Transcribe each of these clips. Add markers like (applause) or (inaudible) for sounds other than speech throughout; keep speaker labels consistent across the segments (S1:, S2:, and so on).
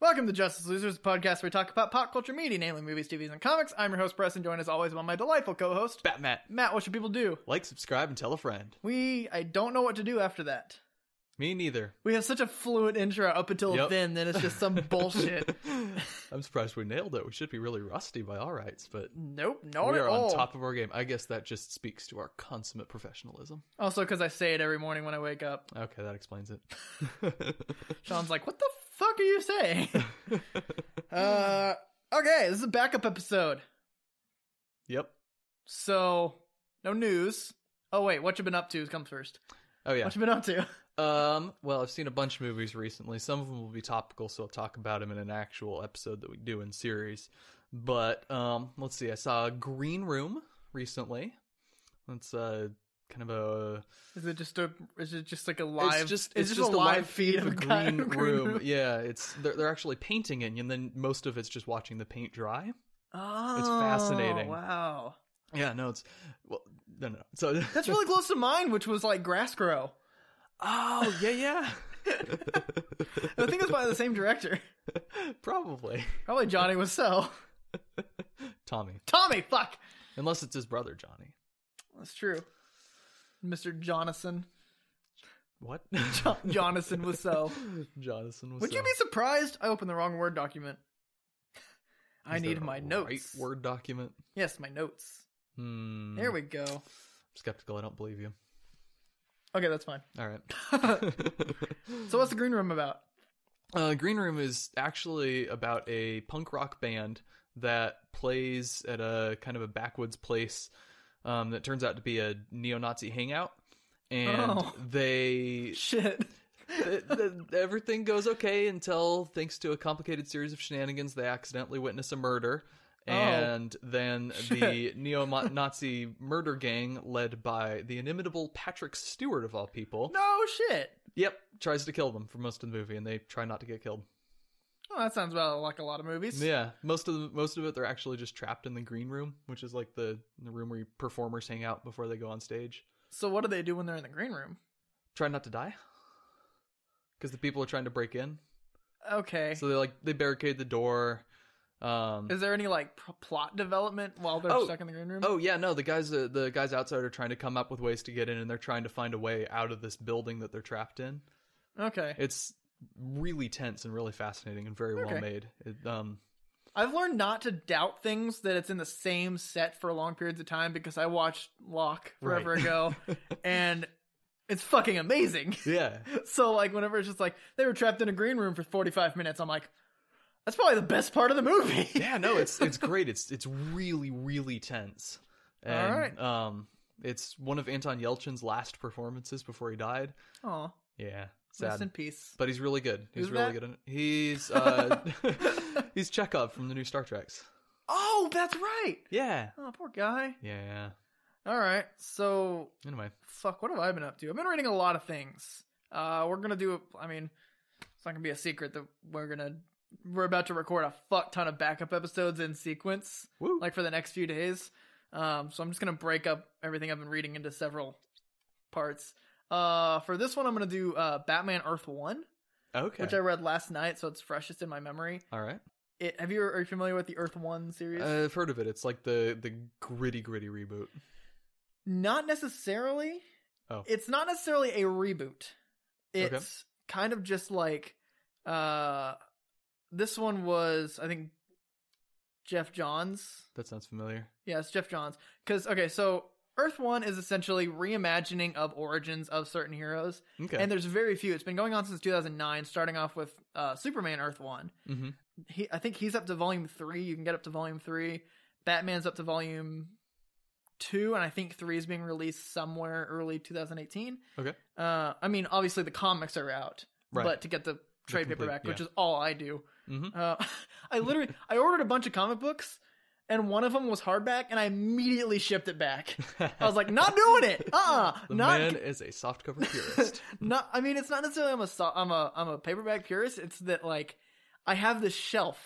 S1: Welcome to Justice Losers, the podcast where we talk about pop culture media, namely movies, TVs, and comics. I'm your host, Preston, joined as always by my delightful co-host,
S2: Batman.
S1: Matt. What should people do?
S2: Like, subscribe, and tell a friend.
S1: We, I don't know what to do after that.
S2: Me
S1: (laughs)
S2: neither.
S1: We have such a fluent intro up until
S2: Yep.
S1: then, then it's just
S2: (laughs)
S1: some bullshit.
S2: I'm surprised we nailed it. We should be really rusty by our rights, but
S1: Nope, not
S2: we
S1: at
S2: are
S1: all.
S2: on top of our game. I guess that just speaks to our consummate professionalism.
S1: Also, because I say it every morning when I wake up.
S2: Okay, that
S1: (laughs)
S2: explains it.
S1: Sean's like, "What the fuck are you
S2: (laughs)
S1: saying?" uh, okay, this is a backup episode,
S2: yep.
S1: so no news. Oh wait, what you been up to comes first.
S2: Oh yeah.
S1: What you been up to?
S2: Um. Well, I've seen a bunch of movies recently. Some of them will be topical, so I'll talk about them in an actual episode that we do in series. But um, let's see. I saw Green Room recently. That's uh kind of a
S1: Is it just a? Is it just like a live?
S2: It's just
S1: is
S2: it's
S1: it
S2: just a live
S1: feed
S2: feed of a
S1: guy in
S2: green
S1: a
S2: (laughs) room. Yeah, it's they're they're actually painting it, and then most of it's just watching the paint dry.
S1: Oh,
S2: fascinating.
S1: Wow,
S2: Yeah, no, it's well, no, no. So (laughs)
S1: that's really close to mine, which was like grass grow.
S2: oh yeah, yeah. (laughs)
S1: I think it's by the same director, (laughs)
S2: Probably
S1: probably Johnny Wiseau.
S2: Tommy,
S1: (laughs) Tommy, fuck,
S2: unless it's his brother Johnny.
S1: that's true. Mister Jonathan,
S2: What? (laughs)
S1: jo- Jonathan Wiseau.
S2: Jonathan was.
S1: Would you
S2: so-
S1: be surprised? I opened the wrong Word document. I
S2: Is
S1: need
S2: there a
S1: my
S2: right
S1: notes.
S2: Word document.
S1: Yes, my notes.
S2: Hmm.
S1: There we go.
S2: Skeptical. I don't believe you.
S1: Okay, that's fine. (laughs)
S2: All right. (laughs)
S1: So, what's the green room about?
S2: Uh, Green Room is actually about a punk rock band that plays at a kind of a backwoods place um, that turns out to be a neo-Nazi hangout, and
S1: Oh. (laughs)
S2: they
S1: Shit. (laughs)
S2: th- th- everything goes okay until, thanks to a complicated series of shenanigans, they accidentally witness a murder.
S1: Oh.
S2: And
S1: (laughs)
S2: then the
S1: Shit.
S2: neo Nazi murder gang, led by the inimitable Patrick Stewart of all people,
S1: No shit.
S2: yep, tries to kill them for most of the movie, and they try not to get killed.
S1: Oh, that sounds about like a lot of movies.
S2: Yeah, most of the, most of it they're actually just trapped in the green room, which is like the the room where performers hang out before they go on stage.
S1: So, what do they do when they're in the green room?
S2: Try not to die, because the people are trying to break in.
S1: Okay.
S2: So they like they barricade the door. Um,
S1: Is there any like pr- plot development while they're
S2: Oh.
S1: stuck in the green room?
S2: oh yeah, no, the guys uh, the guys outside are trying to come up with ways to get in, and they're trying to find a way out of this building that they're trapped in.
S1: Okay.
S2: It's really tense and really fascinating and very
S1: Okay.
S2: well made. It, um,
S1: I've learned not to doubt things that it's in the same set for long periods of time because I watched Locke forever
S2: Right. (laughs)
S1: ago, and it's fucking amazing. (laughs)
S2: yeah,
S1: So like whenever it's just like they were trapped in a green room for 45 minutes, I'm like, that's probably the best part of the movie.
S2: yeah no it's it's great it's it's really really tense and
S1: Alright.
S2: um it's one of anton yelchin's last performances before he died
S1: (laughs) Aw,
S2: yeah
S1: rest in
S2: sad
S1: peace.
S2: but he's really good he's
S1: Who's
S2: really
S1: that?
S2: good in it.
S1: (laughs)
S2: he's uh (laughs) he's chekhov from the new star treks
S1: Oh, that's right.
S2: yeah
S1: Oh, poor guy.
S2: yeah
S1: All right. So
S2: anyway
S1: fuck, what have I been up to? I've been reading a lot of things. Uh, we're gonna do. I mean, it's not gonna be a secret that we're gonna we're about to record a fuck ton of backup episodes in sequence,
S2: Woo.
S1: like for the next few days. Um, so I'm just gonna break up everything I've been reading into several parts. Uh, for this one, I'm gonna do uh, Batman Earth One,
S2: okay
S1: which I read last night, so it's freshest in my memory.
S2: all right
S1: It, have you are you familiar with the Earth One series?
S2: i've heard of it it's like the the gritty gritty reboot
S1: Not necessarily.
S2: Oh.
S1: It's not necessarily a reboot. It's
S2: Okay.
S1: kind of just like uh this one was I think Jeff Johns.
S2: that sounds familiar
S1: Yes, Jeff Johns. Cuz okay, so Earth 1 is essentially reimagining of origins of certain heroes
S2: okay
S1: and there's very few. It's been going on since 2009 starting off with uh Superman Earth 1.
S2: (laughs) Mhm.
S1: He I think he's up to volume 3. You can get up to volume 3. Batman's up to volume two, and I think three is being released somewhere early 2018.
S2: Okay.
S1: Uh, I mean, obviously the comics are out,
S2: right
S1: but to get the trade
S2: complete-
S1: paperback, which
S2: yeah.
S1: is all I do.
S2: Mhm.
S1: Uh, (laughs) I literally I ordered a bunch of comic books, and one of them was hardback, and I immediately shipped it back. I was like, not doing it.
S2: (laughs)
S1: Uh, uh
S2: the
S1: not.
S2: man is a softcover
S1: (laughs)
S2: purist
S1: Not, I mean, it's not necessarily I'm a so- I'm a I'm a paperback purist. It's that like I have this shelf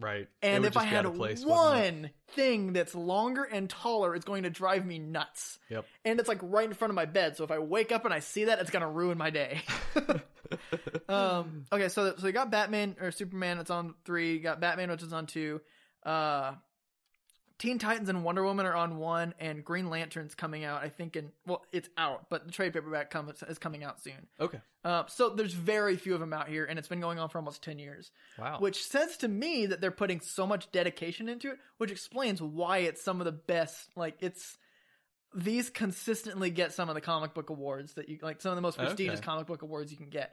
S2: right
S1: and
S2: It would
S1: if I
S2: just be out
S1: had
S2: of place, wouldn't it?
S1: one thing that's longer and taller, it's going to drive me nuts.
S2: Yep. (laughs)
S1: And it's like right in front of my bed, so if I wake up and I see that, it's going to ruin my day. um, okay, so so you got Batman or Superman. It's on three. You got Batman, which is on two. Uh, Teen Titans and Wonder Woman are on one, and Green Lantern's coming out. I think in well, it's out, but the trade paperback comes is coming out soon.
S2: Okay.
S1: Uh, so there's very few of them out here, and it's been going on for almost ten years,
S2: Wow.
S1: which says to me that they're putting so much dedication into it, which explains why it's some of the best. Like it's these consistently get some of the comic book awards that you like some of the most prestigious
S2: Okay.
S1: comic book awards you can get.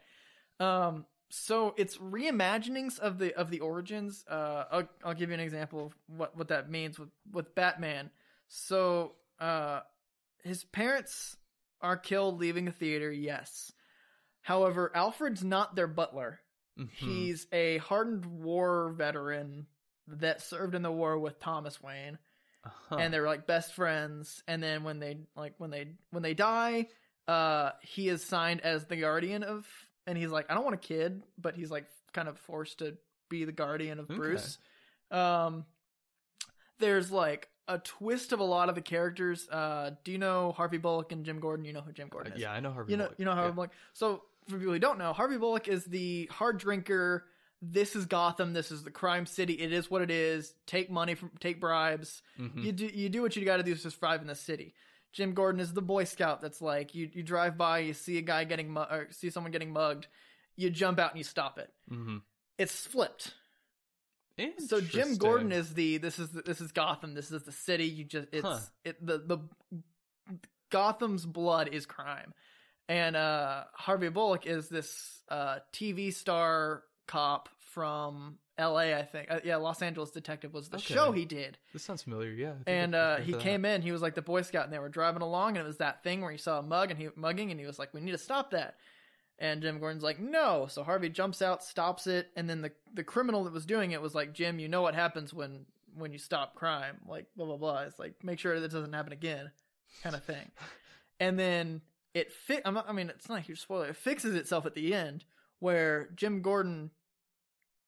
S1: Um, so it's reimaginings of the of the origins. Uh, I'll, I'll give you an example of what what that means with with Batman. So, uh, his parents are killed leaving a theater. Yes, however, Alfred's not their butler.
S2: Mhm.
S1: He's a hardened war veteran that served in the war with Thomas Wayne
S2: Uh-huh.
S1: and they're like best friends and then when they like when they when they die uh he is signed as the guardian of and he's like i don't want a kid but he's like kind of forced to be the guardian of
S2: Okay.
S1: bruce um there's like a twist of a lot of the characters uh do you know harvey bullock and jim gordon you know who jim
S2: Uh,
S1: gordon is
S2: yeah, I know Harvey.
S1: you know,
S2: Bullock.
S1: you know Harvey
S2: Yeah.
S1: Bullock. So for people who don't know, Harvey Bullock is the hard drinker. This is Gotham. This is the crime city. It is what it is. Take money from, take bribes.
S2: Mhm.
S1: You do, you do what you got to do to survive in the city. Jim Gordon is the Boy Scout. That's like you, you drive by, you see a guy getting mu- or see someone getting mugged, you jump out and you stop it.
S2: Mhm.
S1: It's flipped. So Jim
S2: Mm-hmm. Interesting.
S1: Gordon is the this is the, this is Gotham. This is the city. You just it's
S2: Huh.
S1: it the the Gotham's blood is crime, and uh, Harvey Bullock is this uh, TV star cop from L.A. I think uh, yeah, Los Angeles Detective was the
S2: Okay.
S1: show he did,
S2: This sounds familiar. Yeah. I think
S1: and
S2: I've
S1: uh,
S2: heard
S1: he
S2: that.
S1: came in. He was like the Boy Scout, and they were driving along, and it was that thing where he saw a mug and he mugging, and he was like, "We need to stop that." And Jim Gordon's like, "No." So Harvey jumps out, stops it, and then the the criminal that was doing it was like, "Jim, you know what happens when when you stop crime? Like blah blah blah. It's like make sure that doesn't happen again, kind of thing." and then it fi- I'm not, I mean, it's not a huge spoiler. It fixes itself at the end where Jim Gordon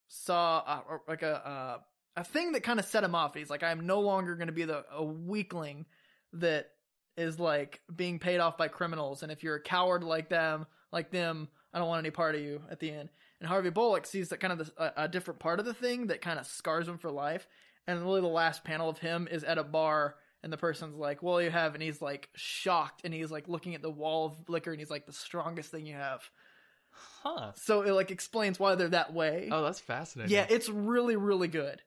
S1: saw uh, or like a uh, a thing that kind of set him off. He's like, I'm no longer going to be the a weakling that is like being paid off by criminals. And if you're a coward like them, like them, I don't want any part of you at the end. And Harvey Bullock sees that kind of this, a, a different part of the thing that kind of scars him for life. And really, the last panel of him is at a bar, and the person's like, "Well, you have," and he's like shocked, and he's like looking at the wall of liquor, and he's like, "The strongest thing you have."
S2: Huh.
S1: So it like explains why they're that way.
S2: Oh, that's fascinating.
S1: yeah, it's really really good,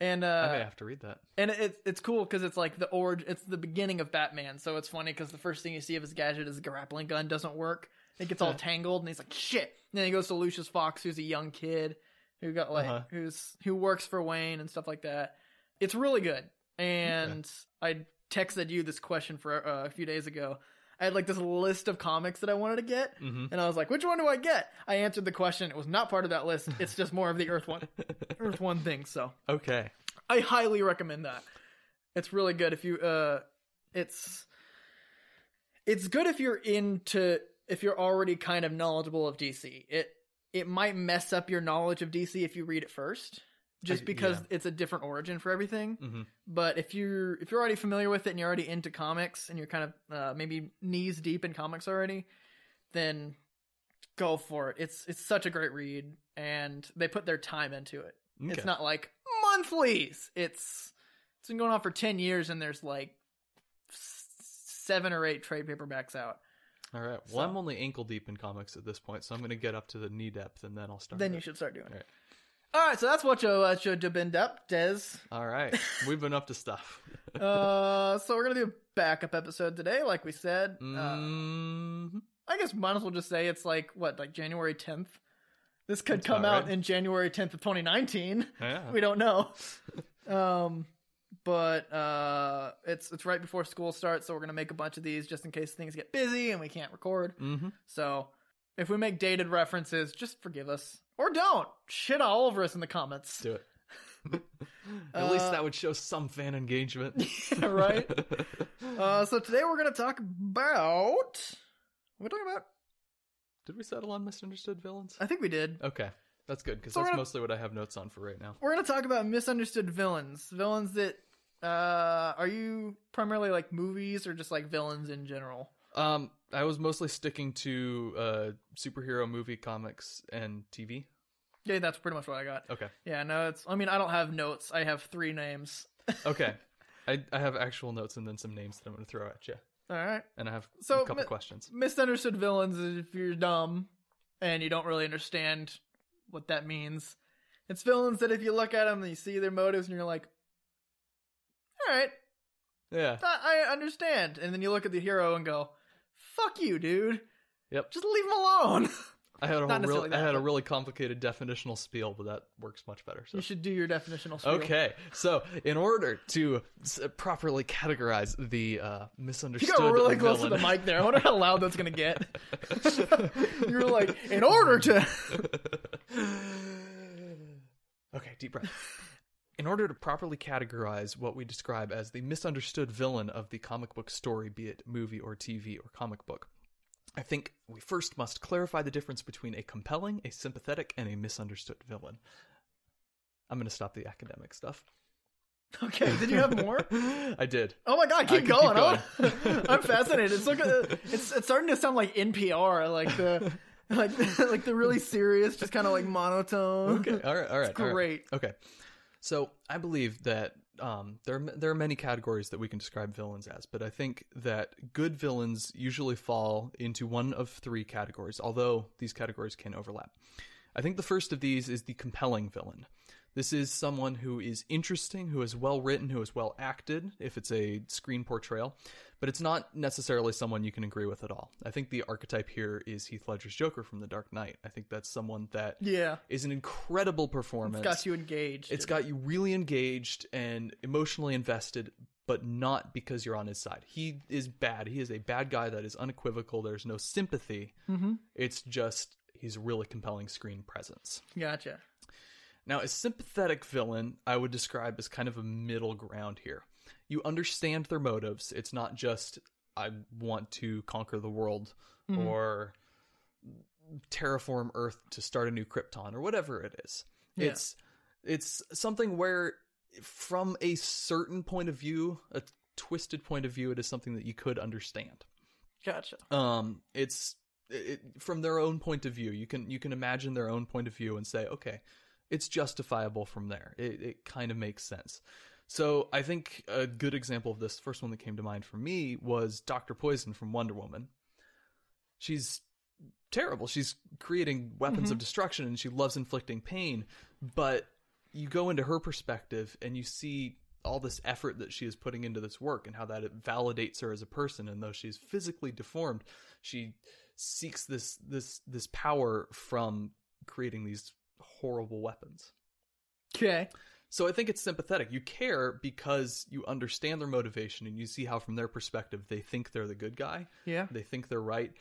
S1: and uh,
S2: I may have to read that.
S1: and it's it's cool because it's like the origin, it's the beginning of Batman. So it's funny because the first thing you see of his gadget is a grappling gun doesn't work. It gets all tangled, and he's like, "Shit!" And then he goes to Lucius Fox, who's a young kid who got like
S2: Uh-huh.
S1: who's who works for Wayne and stuff like that. It's really good. And I texted you this question for uh, a few days ago. I had like this list of comics that I wanted to get,
S2: Mm-hmm.
S1: and I was like, "Which one do I get?" I answered the question. It was not part of that list. It's just more of the Earth one, Earth one thing. So
S2: Okay.
S1: I highly recommend that. It's really good if you uh it's it's good if you're into if you're already kind of knowledgeable of DC. It it might mess up your knowledge of DC if you read it first just
S2: I-
S1: because
S2: yeah.
S1: it's a different origin for everything.
S2: Mm-hmm.
S1: But if you're if you're already familiar with it and you're already into comics and you're kind of uh, maybe knees deep in comics already, then go for it. It's it's such a great read and they put their time into it.
S2: Okay.
S1: It's not like monthlies. It's it's been going on for ten years, and there's like s- seven or eight trade paperbacks out.
S2: All right. Well, I'm
S1: So-
S2: only ankle deep in comics at this point, so I'm going to get up to the knee depth, and then I'll start.
S1: Then
S2: it.
S1: you should start doing it.
S2: Alright.
S1: All right, so that's what you uh, should have been up, Des. (laughs)
S2: All right. We've been up to stuff.
S1: Uh, so we're gonna do a backup episode today, like we said. Uh,
S2: Mhm.
S1: I guess might as well just say it's like what, like January 10th. This could
S2: That's
S1: come
S2: about
S1: out
S2: right.
S1: in January 10th of 2019. (laughs)
S2: Yeah.
S1: we don't know. Um, but uh, it's it's right before school starts, so we're gonna make a bunch of these just in case things get busy and we can't record.
S2: Mm-hmm.
S1: So if we make dated references, just forgive us or don't shit all over us in the
S2: (laughs)
S1: comments, (laughs)
S2: Do it. At least
S1: Uh,
S2: that would show some fan engagement,
S1: (laughs)
S2: (laughs)
S1: right? Uh, so today we're gonna talk about we're talking about.
S2: Did we settle on misunderstood villains?
S1: I think we did.
S2: Okay, that's good because
S1: So we're
S2: that's
S1: gonna-
S2: mostly what I have notes on for right now.
S1: We're gonna talk about misunderstood villains, villains that uh, are you primarily like movies or just like villains in general?
S2: Um, I was mostly sticking to uh superhero movie comics and TV.
S1: Yeah, that's pretty much what I got.
S2: Okay.
S1: Yeah, no, it's. I mean, I don't have notes. I have three names. (laughs)
S2: Okay. I I have actual notes and then some names that I'm going to throw at you.
S1: All right.
S2: And I have
S1: So,
S2: a couple
S1: mi-
S2: questions.
S1: Misunderstood villains is if you're dumb and you don't really understand what that means. It's villains that if you look at them and you see their motives and you're like, all right,
S2: Yeah.
S1: I, I understand. And then you look at the hero and go, fuck you, dude.
S2: Yep.
S1: Just leave him
S2: (laughs)
S1: alone.
S2: I had a
S1: Not
S2: whole really,
S1: necessarily that,
S2: I had a
S1: but-
S2: really complicated definitional spiel, but that works much better.
S1: (laughs)
S2: So.
S1: you should do your definitional spiel.
S2: Okay, so in order to s- properly categorize the uh,
S1: You
S2: misunderstood,
S1: got really close to the
S2: villain-
S1: mic there. I wonder how loud that's going to
S2: (laughs)
S1: get. (laughs) you were like, in order to. (laughs)
S2: (laughs) okay, deep breath. In order to properly categorize what we describe as the misunderstood villain of the comic book story, be it movie or TV or comic book, I think we first must clarify the difference between a compelling, a sympathetic, and a misunderstood villain. I'm going to stop the academic stuff. (laughs)
S1: Okay, did you have more?
S2: I did.
S1: Oh my god,
S2: I
S1: keep
S2: can
S1: going.
S2: keep
S1: Oh,
S2: going.
S1: (laughs) I'm fascinated. It's like a, it's it's starting to sound like NPR, like
S2: (laughs)
S1: the like like the really serious, just kind of like monotone.
S2: Okay. (laughs) All right. All right. all right.
S1: great.
S2: Okay. So I believe that um, there are m- there are many categories that we can describe villains as, but I think that good villains usually fall into one of three categories, although these categories can overlap. I think the first of these is the compelling villain. This is someone who is interesting, who is well written, who is well acted, if it's a screen portrayal, but it's not necessarily someone you can agree with at all. I think the archetype here is Heath Ledger's Joker from The Dark Knight. I think that's someone that
S1: Yeah,
S2: is an incredible performance.
S1: it's got you engaged.
S2: It's got you really engaged and emotionally invested, but not because you're on his side. He is bad. He is a bad guy that is unequivocal. There's no sympathy.
S1: Mhm.
S2: It's just he's a really compelling screen presence.
S1: Gotcha.
S2: Now, a sympathetic villain, I would describe as kind of a middle ground here. You understand their motives. It's not just, I want to conquer the world
S1: Mhm.
S2: or terraform Earth to start a new Krypton or whatever it is.
S1: Yeah.
S2: It's it's something where from a certain point of view, a twisted point of view, it is something that you could understand
S1: Gotcha.
S2: um it's it, from their own point of view you can you can imagine their own point of view and say okay it's justifiable from there it, it kind of makes sense so i think a good example of this first one that came to mind for me was dr poison from wonder woman she's terrible she's creating weapons of destruction and she loves inflicting pain but you go into her perspective and you see all this effort that she is putting into this work and how that it validates her as a person and though she's physically deformed she seeks this this this power from creating these horrible weapons
S1: Okay.
S2: so i think it's sympathetic you care because you understand their motivation and you see how from their perspective they think they're the good guy
S1: Yeah.
S2: they think they're right,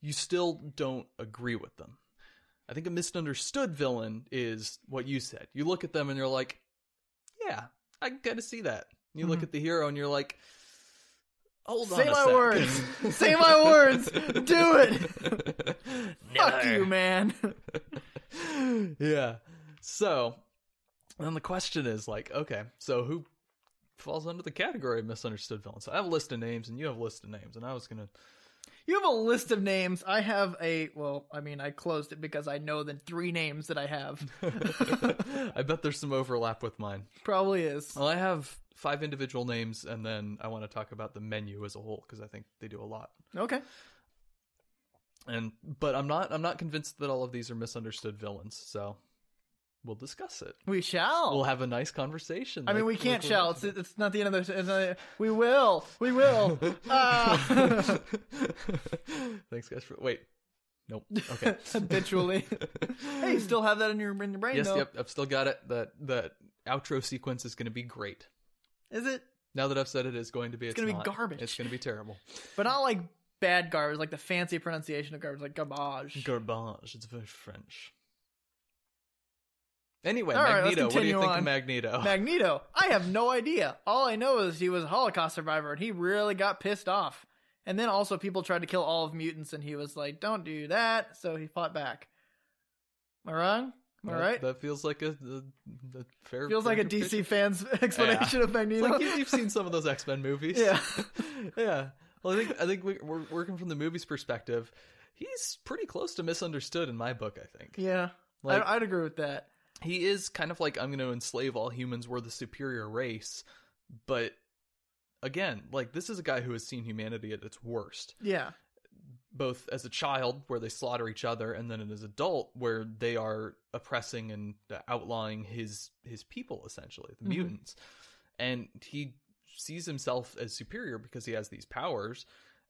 S2: you still don't agree with them. I think a misunderstood villain is what you said. You look at them and you're like, yeah, I got to see that. You look
S1: Mhm.
S2: at the hero and you're like, hold on.
S1: Say
S2: a
S1: my
S2: sec." (laughs)
S1: words. Say my words. Do it. Fuck
S2: No.
S1: you, man. (laughs)
S2: yeah. So then the question is like, okay, so who falls under the category of misunderstood villain? So I have a list of names and you have a list of names, and I was gonna
S1: You have a list of names. I have a well. I mean, I closed it because I know the three names that I
S2: (laughs)
S1: have.
S2: I bet there's some overlap with mine.
S1: Probably is.
S2: Well, I have five individual names, and then I want to talk about the menu as a whole because I think they do a lot.
S1: Okay.
S2: And but I'm not I'm not convinced that all of these are misunderstood villains. So we'll discuss it.
S1: We shall.
S2: We'll have a nice conversation.
S1: I mean,
S2: like-
S1: we can't
S2: like
S1: shall. It's, it's not the end of the. It's not, we will. We will.
S2: (laughs)
S1: (laughs) Ah.
S2: Thanks, guys. For, wait. Nope. Okay.
S1: (laughs)
S2: (laughs)
S1: Habitually. hey, you still have that in your in your brain
S2: yes.
S1: though.
S2: Yep. I've still got it. That that outro sequence is going to be great.
S1: Is it?
S2: Now that I've said it, it's going to be. It's,
S1: gonna be
S2: not.
S1: garbage.
S2: It's going to be terrible.
S1: But not like bad garbage, like the fancy pronunciation of garbage, like (laughs) garbage.
S2: Garbage. It's very French. Anyway,
S1: All right, let's
S2: Magneto. what do you
S1: continue
S2: think
S1: on.
S2: of Magneto?
S1: Magneto. I have no idea. All I know is he was a Holocaust survivor, and he really got pissed off. And then also people tried to kill all of mutants, and he was like, "Don't do that." So he fought back. Am I wrong? Am I
S2: (laughs) That-
S1: right?
S2: That, feels like a, a, a fair.
S1: Feels like a
S2: interpretation.
S1: DC fan's (laughs) explanation of Magneto. (laughs)
S2: Like you, you've seen some of those X Men movies.
S1: yeah.
S2: (laughs) yeah. Well, I think I think we, we're working from the movie's perspective. He's pretty close to misunderstood in my book. I think.
S1: Yeah,
S2: Like
S1: I, I'd agree with that.
S2: he is kind of like I'm going to enslave all humans. We're the superior race, but again, like this is a guy who has seen humanity at its worst,
S1: Yeah,
S2: both as a child where they slaughter each other, and then as an adult where they are oppressing and uh, outlawing his his people essentially, the
S1: Mhm.
S2: mutants, and he sees himself as superior because he has these powers.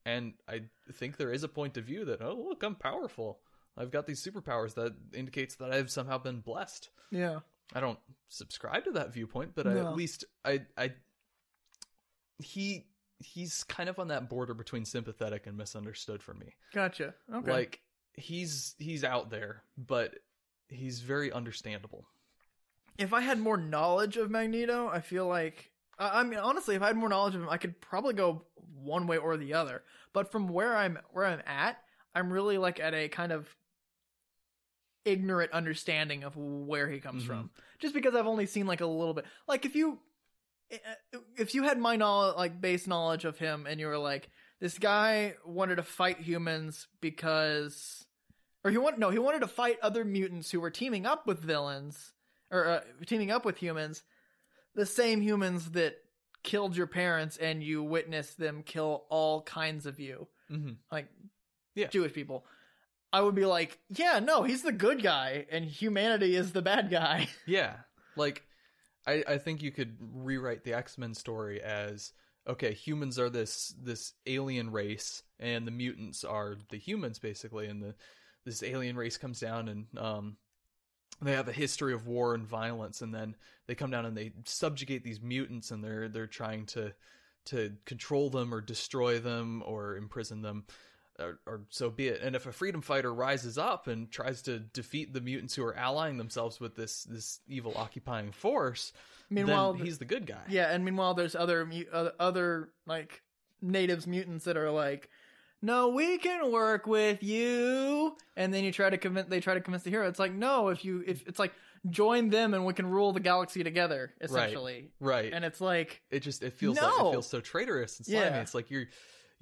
S2: And I think there is a point of view that oh look I'm powerful. I've got these superpowers that indicates that I've somehow been blessed.
S1: yeah.
S2: I don't subscribe to that viewpoint, but I,
S1: No.
S2: at least I, I, he, he's kind of on that border between sympathetic and misunderstood for me.
S1: Gotcha. Okay.
S2: Like he's he's out there, but he's very understandable.
S1: if I had more knowledge of Magneto, I feel like I I mean honestly, if I had more knowledge of him, I could probably go one way or the other. But from where I'm where I'm at, I'm really like at a kind of ignorant understanding of where he comes
S2: Mhm.
S1: from. Just because I've only seen like a little bit. Like if you if you had my knowledge like base knowledge of him and you were like this guy wanted to fight humans because or he wanted no he wanted to fight other mutants who were teaming up with villains or uh, teaming up with humans the same humans that killed your parents and you witnessed them kill all kinds of you
S2: Mm-hmm.
S1: like
S2: Yeah.
S1: jewish people i would be like yeah no he's the good guy and humanity is the bad guy (laughs)
S2: Yeah, like I, I think you could rewrite the X Men story as okay, humans are this this alien race, and the mutants are the humans basically, and the this alien race comes down and um they have a history of war and violence, and then they come down and they subjugate these mutants, and they're they're trying to to control them or destroy them or imprison them. Or, or so be it. And if a freedom fighter rises up and tries to defeat the mutants who are allying themselves with this this evil occupying force,
S1: meanwhile
S2: then he's the good guy.
S1: Yeah, and meanwhile, there's other mu- oth- other like natives mutants that are like, "No, we can work with you." And then you try to convince they try to convince the hero. It's like, no, if you if it's like join them and we can rule the galaxy together, essentially.
S2: Right.
S1: And it's like,
S2: it just it feels like
S1: No!
S2: it feels so traitorous and slimy.
S1: Yeah.
S2: It's like you're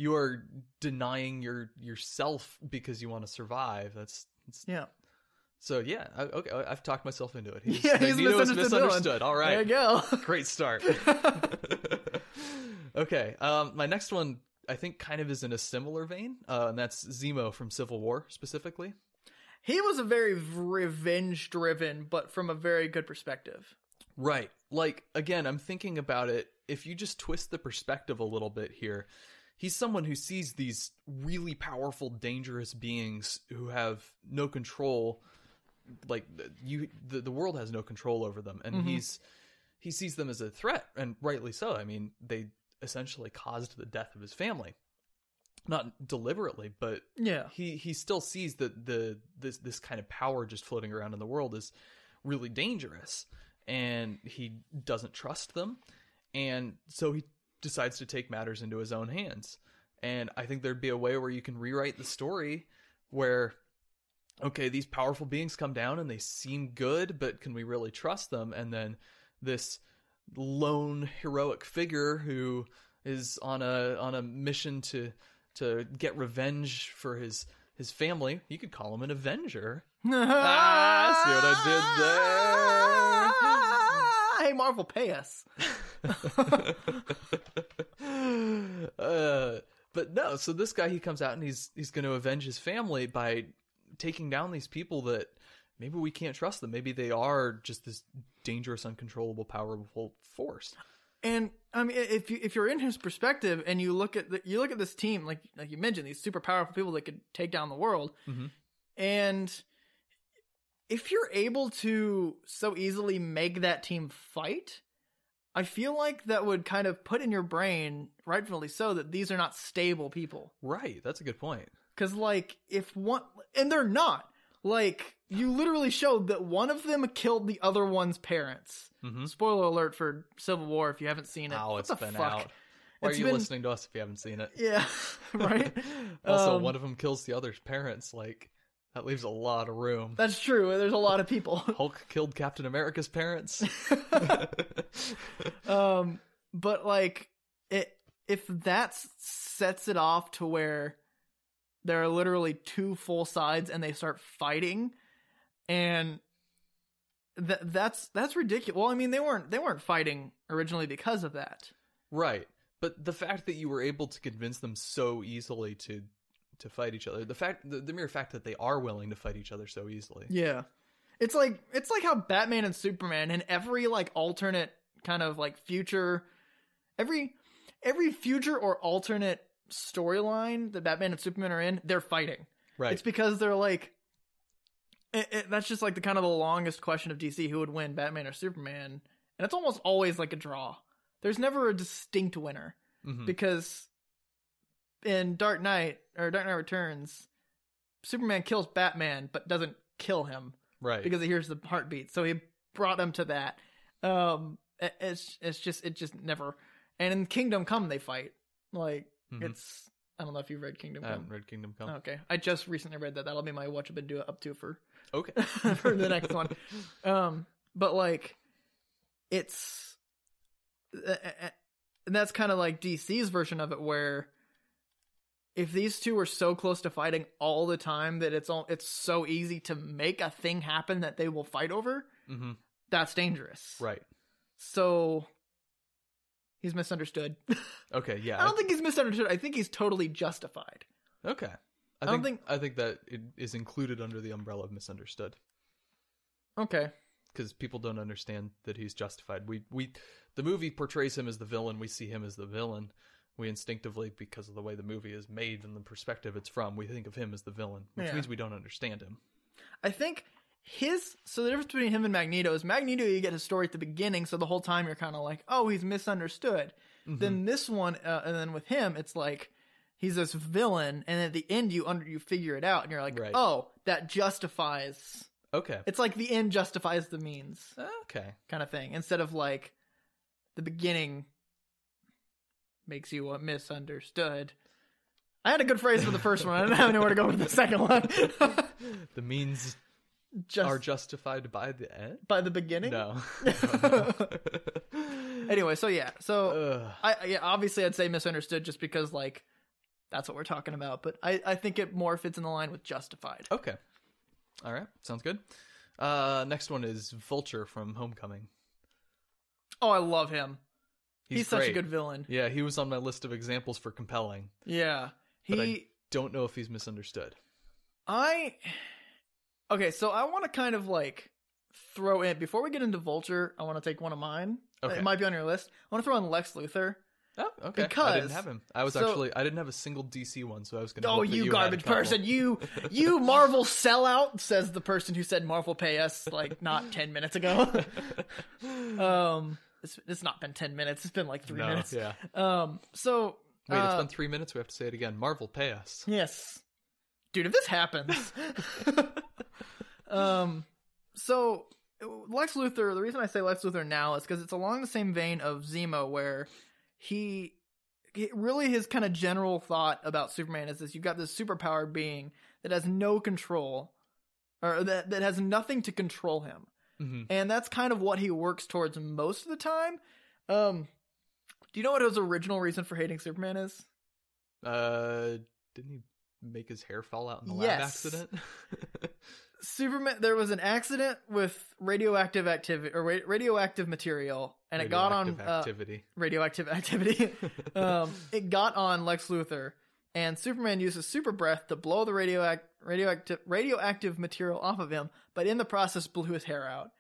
S2: you are denying your yourself because you want to survive. That's, that's
S1: yeah,
S2: so yeah. I, okay, I- I've talked myself into it.
S1: (laughs) Yeah, he's
S2: Magneto is
S1: misunderstood villain.
S2: misunderstood. All
S1: there you
S2: right,
S1: go. (laughs)
S2: (laughs) great start. okay, um, my next one I think kind of is in a similar vein, uh, and that's Zemo from Civil War specifically.
S1: he was a very revenge driven, but from a very good perspective.
S2: Right. Like, again, I'm thinking about it. If you just twist the perspective a little bit here, he's someone who sees these really powerful, dangerous beings who have no control. Like, th- you, the, the world has no control over them. And
S1: Mhm.
S2: he's, he sees them as a threat, and rightly so. I mean, they essentially caused the death of his family. Not deliberately, but
S1: Yeah,
S2: he he still sees that the this this kind of power just floating around in the world is really dangerous and he doesn't trust them and so he decides to take matters into his own hands and i think there'd be a way where you can rewrite the story where okay these powerful beings come down and they seem good but can we really trust them and then this lone heroic figure who is on a on a mission to to get revenge for his his family. You could call him an Avenger. (laughs) I
S1: (laughs) Hey, Marvel, pay us.
S2: uh, but no, so this guy he comes out and he's he's going to avenge his family by taking down these people that maybe we can't trust them. Maybe they are just this dangerous, uncontrollable, powerful force.
S1: And I mean, if you if you're in his perspective and you look at the, you look at this team, like like you mentioned, these super powerful people that could take down the world,
S2: Mhm.
S1: and if you're able to so easily make that team fight, I feel like that would kind of put in your brain, rightfully so, that these are not stable people.
S2: Right, that's a good point.
S1: Because like if one and they're not like you literally showed that one of them killed the other one's parents.
S2: Mm-hmm.
S1: Spoiler alert for Civil War if you haven't seen it.
S2: Oh,
S1: What
S2: it's
S1: the
S2: been
S1: fuck?
S2: out. Why
S1: It's
S2: are you
S1: been-
S2: listening to us if you haven't seen it?
S1: Yeah, (laughs)
S2: (laughs)
S1: right.
S2: also,
S1: Um,
S2: one of them kills the other's parents. Like that leaves a lot of room.
S1: That's true. There's a lot of people.
S2: Hulk killed Captain America's
S1: (laughs)
S2: parents.
S1: um, but like it, if that s- sets it off to where there are literally two full sides and they start fighting and th- that's that's ridiculous. Well, I mean they weren't they weren't fighting originally because of that.
S2: Right. But the fact that you were able to convince them so easily to to fight each other, the fact the, the mere fact that they are willing to fight each other so easily.
S1: Yeah. It's like it's like how Batman and Superman and every like alternate kind of like future every every future or alternate storyline that Batman and Superman are in, they're fighting.
S2: Right.
S1: It's because they're like it, it, that's just like the kind of the longest question of DC who would win Batman or Superman and it's almost always like a draw. There's never a distinct winner
S2: Mhm.
S1: because in Dark Knight or Dark Knight Returns, Superman kills Batman but doesn't kill him
S2: right.
S1: because he hears the heartbeat. So he brought him to that. Um, it- it's it's just it just never. And in Kingdom Come, they fight. Like
S2: Mhm.
S1: it's I don't know if you've read Kingdom
S2: I
S1: Come.
S2: haven't read Kingdom Come.
S1: Okay, I just recently read that. That'll be my what I've been doing up to for
S2: Okay.
S1: (laughs) for the next one. Um, but like, it's uh, and that's kind of like DC's version of it, where if these two are so close to fighting all the time that it's all it's so easy to make a thing happen that they will fight over.
S2: hmm
S1: That's dangerous,
S2: Right.
S1: So he's misunderstood. (laughs)
S2: Okay. Yeah.
S1: I don't think he's misunderstood. I think he's totally justified.
S2: okay. I,
S1: don't
S2: think, I think that it is included under the umbrella of misunderstood
S1: Okay,
S2: because people don't understand that he's justified. We we the movie portrays him as the villain. We see him as the villain. We instinctively, because of the way the movie is made and the perspective it's from, we think of him as the villain, which
S1: Yeah.
S2: means we don't understand him.
S1: I think his so the difference between him and Magneto is Magneto you get his story at the beginning, so the whole time you're kind of like, oh, he's misunderstood.
S2: Mm-hmm.
S1: Then this one, uh, and then with him, it's like he's this villain, and at the end you under you figure it out, and you're like,
S2: Right.
S1: oh, that justifies.
S2: Okay.
S1: It's like the end justifies the means (gasps)
S2: Okay.
S1: kind of thing, instead of like the beginning makes you uh, misunderstood. I had a good phrase for the first one. I didn't have anywhere to go with the second one. (laughs)
S2: The means
S1: Just
S2: are justified by the end.
S1: by the beginning.
S2: No.
S1: (laughs) anyway, so yeah, so
S2: (laughs) Ugh.
S1: I I- yeah, obviously I'd say misunderstood just because like that's what we're talking about, but I I think it more fits in the line with justified.
S2: Okay. All right. Sounds good. Uh, next one is Vulture from Homecoming.
S1: Oh, I love him. He's, such a
S2: great.
S1: good villain.
S2: Yeah, he was on my list of examples for compelling.
S1: Yeah,
S2: But I-
S1: he
S2: Don't know if he's misunderstood.
S1: I okay, so I want to kind of like throw in before we get into Vulture. I want to take one of mine.
S2: Okay.
S1: It might be on your list. I want to throw in Lex Luthor.
S2: Oh, okay. I
S1: Because-
S2: didn't have him. I was
S1: so-
S2: actually I didn't have a single DC one, so I was gonna.
S1: Oh,
S2: hope that
S1: you,
S2: had a
S1: garbage
S2: couple.
S1: person!
S2: (laughs)
S1: You, you Marvel sellout! Says the person who said Marvel pay us like not ten minutes ago. (laughs)
S2: (laughs)
S1: um, it's, it's not been ten minutes. It's been like three
S2: no,
S1: minutes.
S2: yeah.
S1: Um, so
S2: Wait, it's
S1: uh,
S2: been three minutes. We have to say it again. Marvel,
S1: (laughs)
S2: pay us.
S1: Yes. Dude, if this
S2: (laughs)
S1: happens. um so Lex Luthor, the reason I say Lex Luthor now is cuz it's along the same vein of Zemo where he, he really his kind of general thought about Superman is this you've got this superpowered being that has no control or that that has nothing to control him
S2: hmm
S1: and that's kind of what he works towards most of the time. Um, do you know what his original reason for hating Superman is?
S2: Uh, didn't he make his hair fall out in the lab
S1: Yes.
S2: accident?
S1: Superman. There was an accident with radioactive activity or ra- radioactive material, (laughs) and it got on
S2: Radioactive
S1: uh, (laughs)
S2: activity.
S1: radioactive activity.
S2: (laughs)
S1: um, it got on Lex Luthor, and Superman uses super breath to blow the radioact- radioactive radioactive material off of him, but in the process blew his hair out.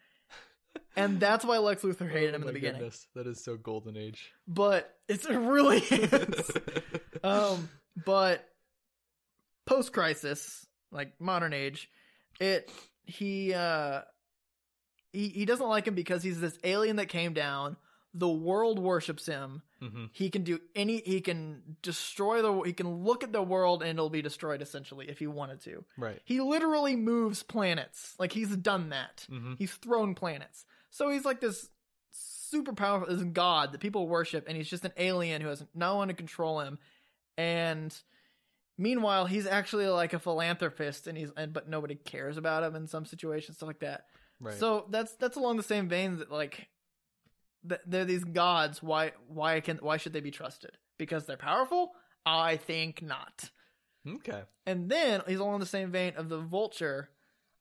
S1: And that's why Lex Luthor hated him
S2: (laughs) Oh
S1: in
S2: my
S1: the beginning.
S2: goodness, That is so
S1: (laughs)
S2: golden age. (laughs) Mm-hmm,
S1: But it's it really (laughs) is. um, but post crisis, like modern age, it he uh he he doesn't like him because he's this alien that came down. The world worships him.
S2: hmm
S1: He can do any. He can destroy the. He can look at the world and it'll be destroyed essentially if he wanted to.
S2: Right.
S1: He literally moves planets. Like he's done that.
S2: hmm
S1: (laughs) He's thrown planets. So he's like this super powerful this god that people worship, and he's just an alien who has no one to control him. And meanwhile, he's actually like a philanthropist, and he's and but nobody cares about him in some situations, stuff like that.
S2: Right.
S1: So that's that's along the same vein that like th- they're these gods. Why why can why should they be trusted? because they're powerful? I think not.
S2: Okay.
S1: And then he's along the same vein of the vulture.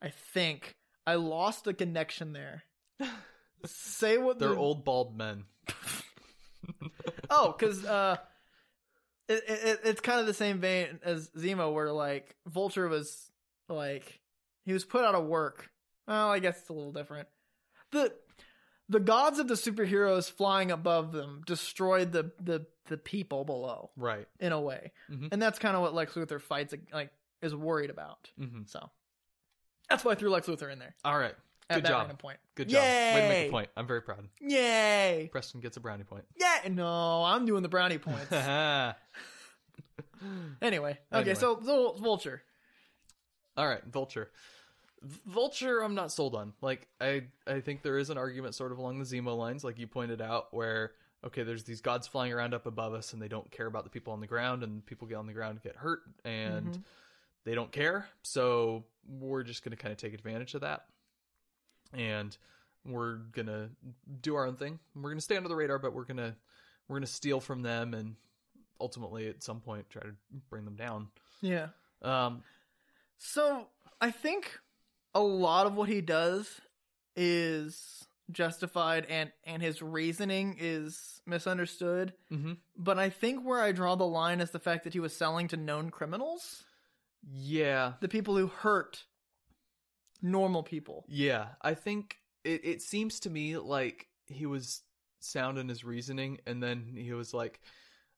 S1: I think I lost the connection
S2: (laughs)
S1: there. Say what
S2: They're
S1: the
S2: old bald men.
S1: Oh, because uh, it, it it- it's kind of the same vein as Zemo, where like Vulture was like he was put out of work. Well, I guess it's a little different. the The gods of the superheroes flying above them destroyed the the the people below
S2: Right.
S1: in a way,
S2: Mhm.
S1: and that's kind of what Lex Luthor fights like is worried about.
S2: Mm-hmm.
S1: So that's why I threw Lex Luthor in there
S2: All right.
S1: at
S2: Good
S1: that
S2: job.
S1: random point.
S2: Good job. Way to make
S1: Yay!
S2: a point. I'm very proud.
S1: Yay!
S2: Preston gets a brownie point.
S1: Yeah, no, I'm doing the brownie
S2: (laughs)
S1: points.
S2: All
S1: Anyway, okay,
S2: Anyway.
S1: so so Vulture.
S2: right, Vulture. V- Vulture, I'm not sold on. Like, I I think there is an argument sort of along the Zemo lines, like you pointed out, where okay, there's these gods flying around up above us, and they don't care about the people on the ground, and people get on the ground and get hurt, and
S1: Mhm.
S2: they don't care. So we're just going to kind of take advantage of that. And we're going to do our own thing. We're going to stay under the radar, but we're going to we're going to steal from them and ultimately at some point try to bring them down.
S1: Yeah.
S2: Um
S1: So I think a lot of what he does is justified and and his reasoning is misunderstood.
S2: mhm.
S1: But I think where I draw the line is the fact that he was selling to known criminals,
S2: yeah.
S1: the people who hurt normal people.
S2: Yeah, I think it, it seems to me like he was sound in his reasoning, and then he was like,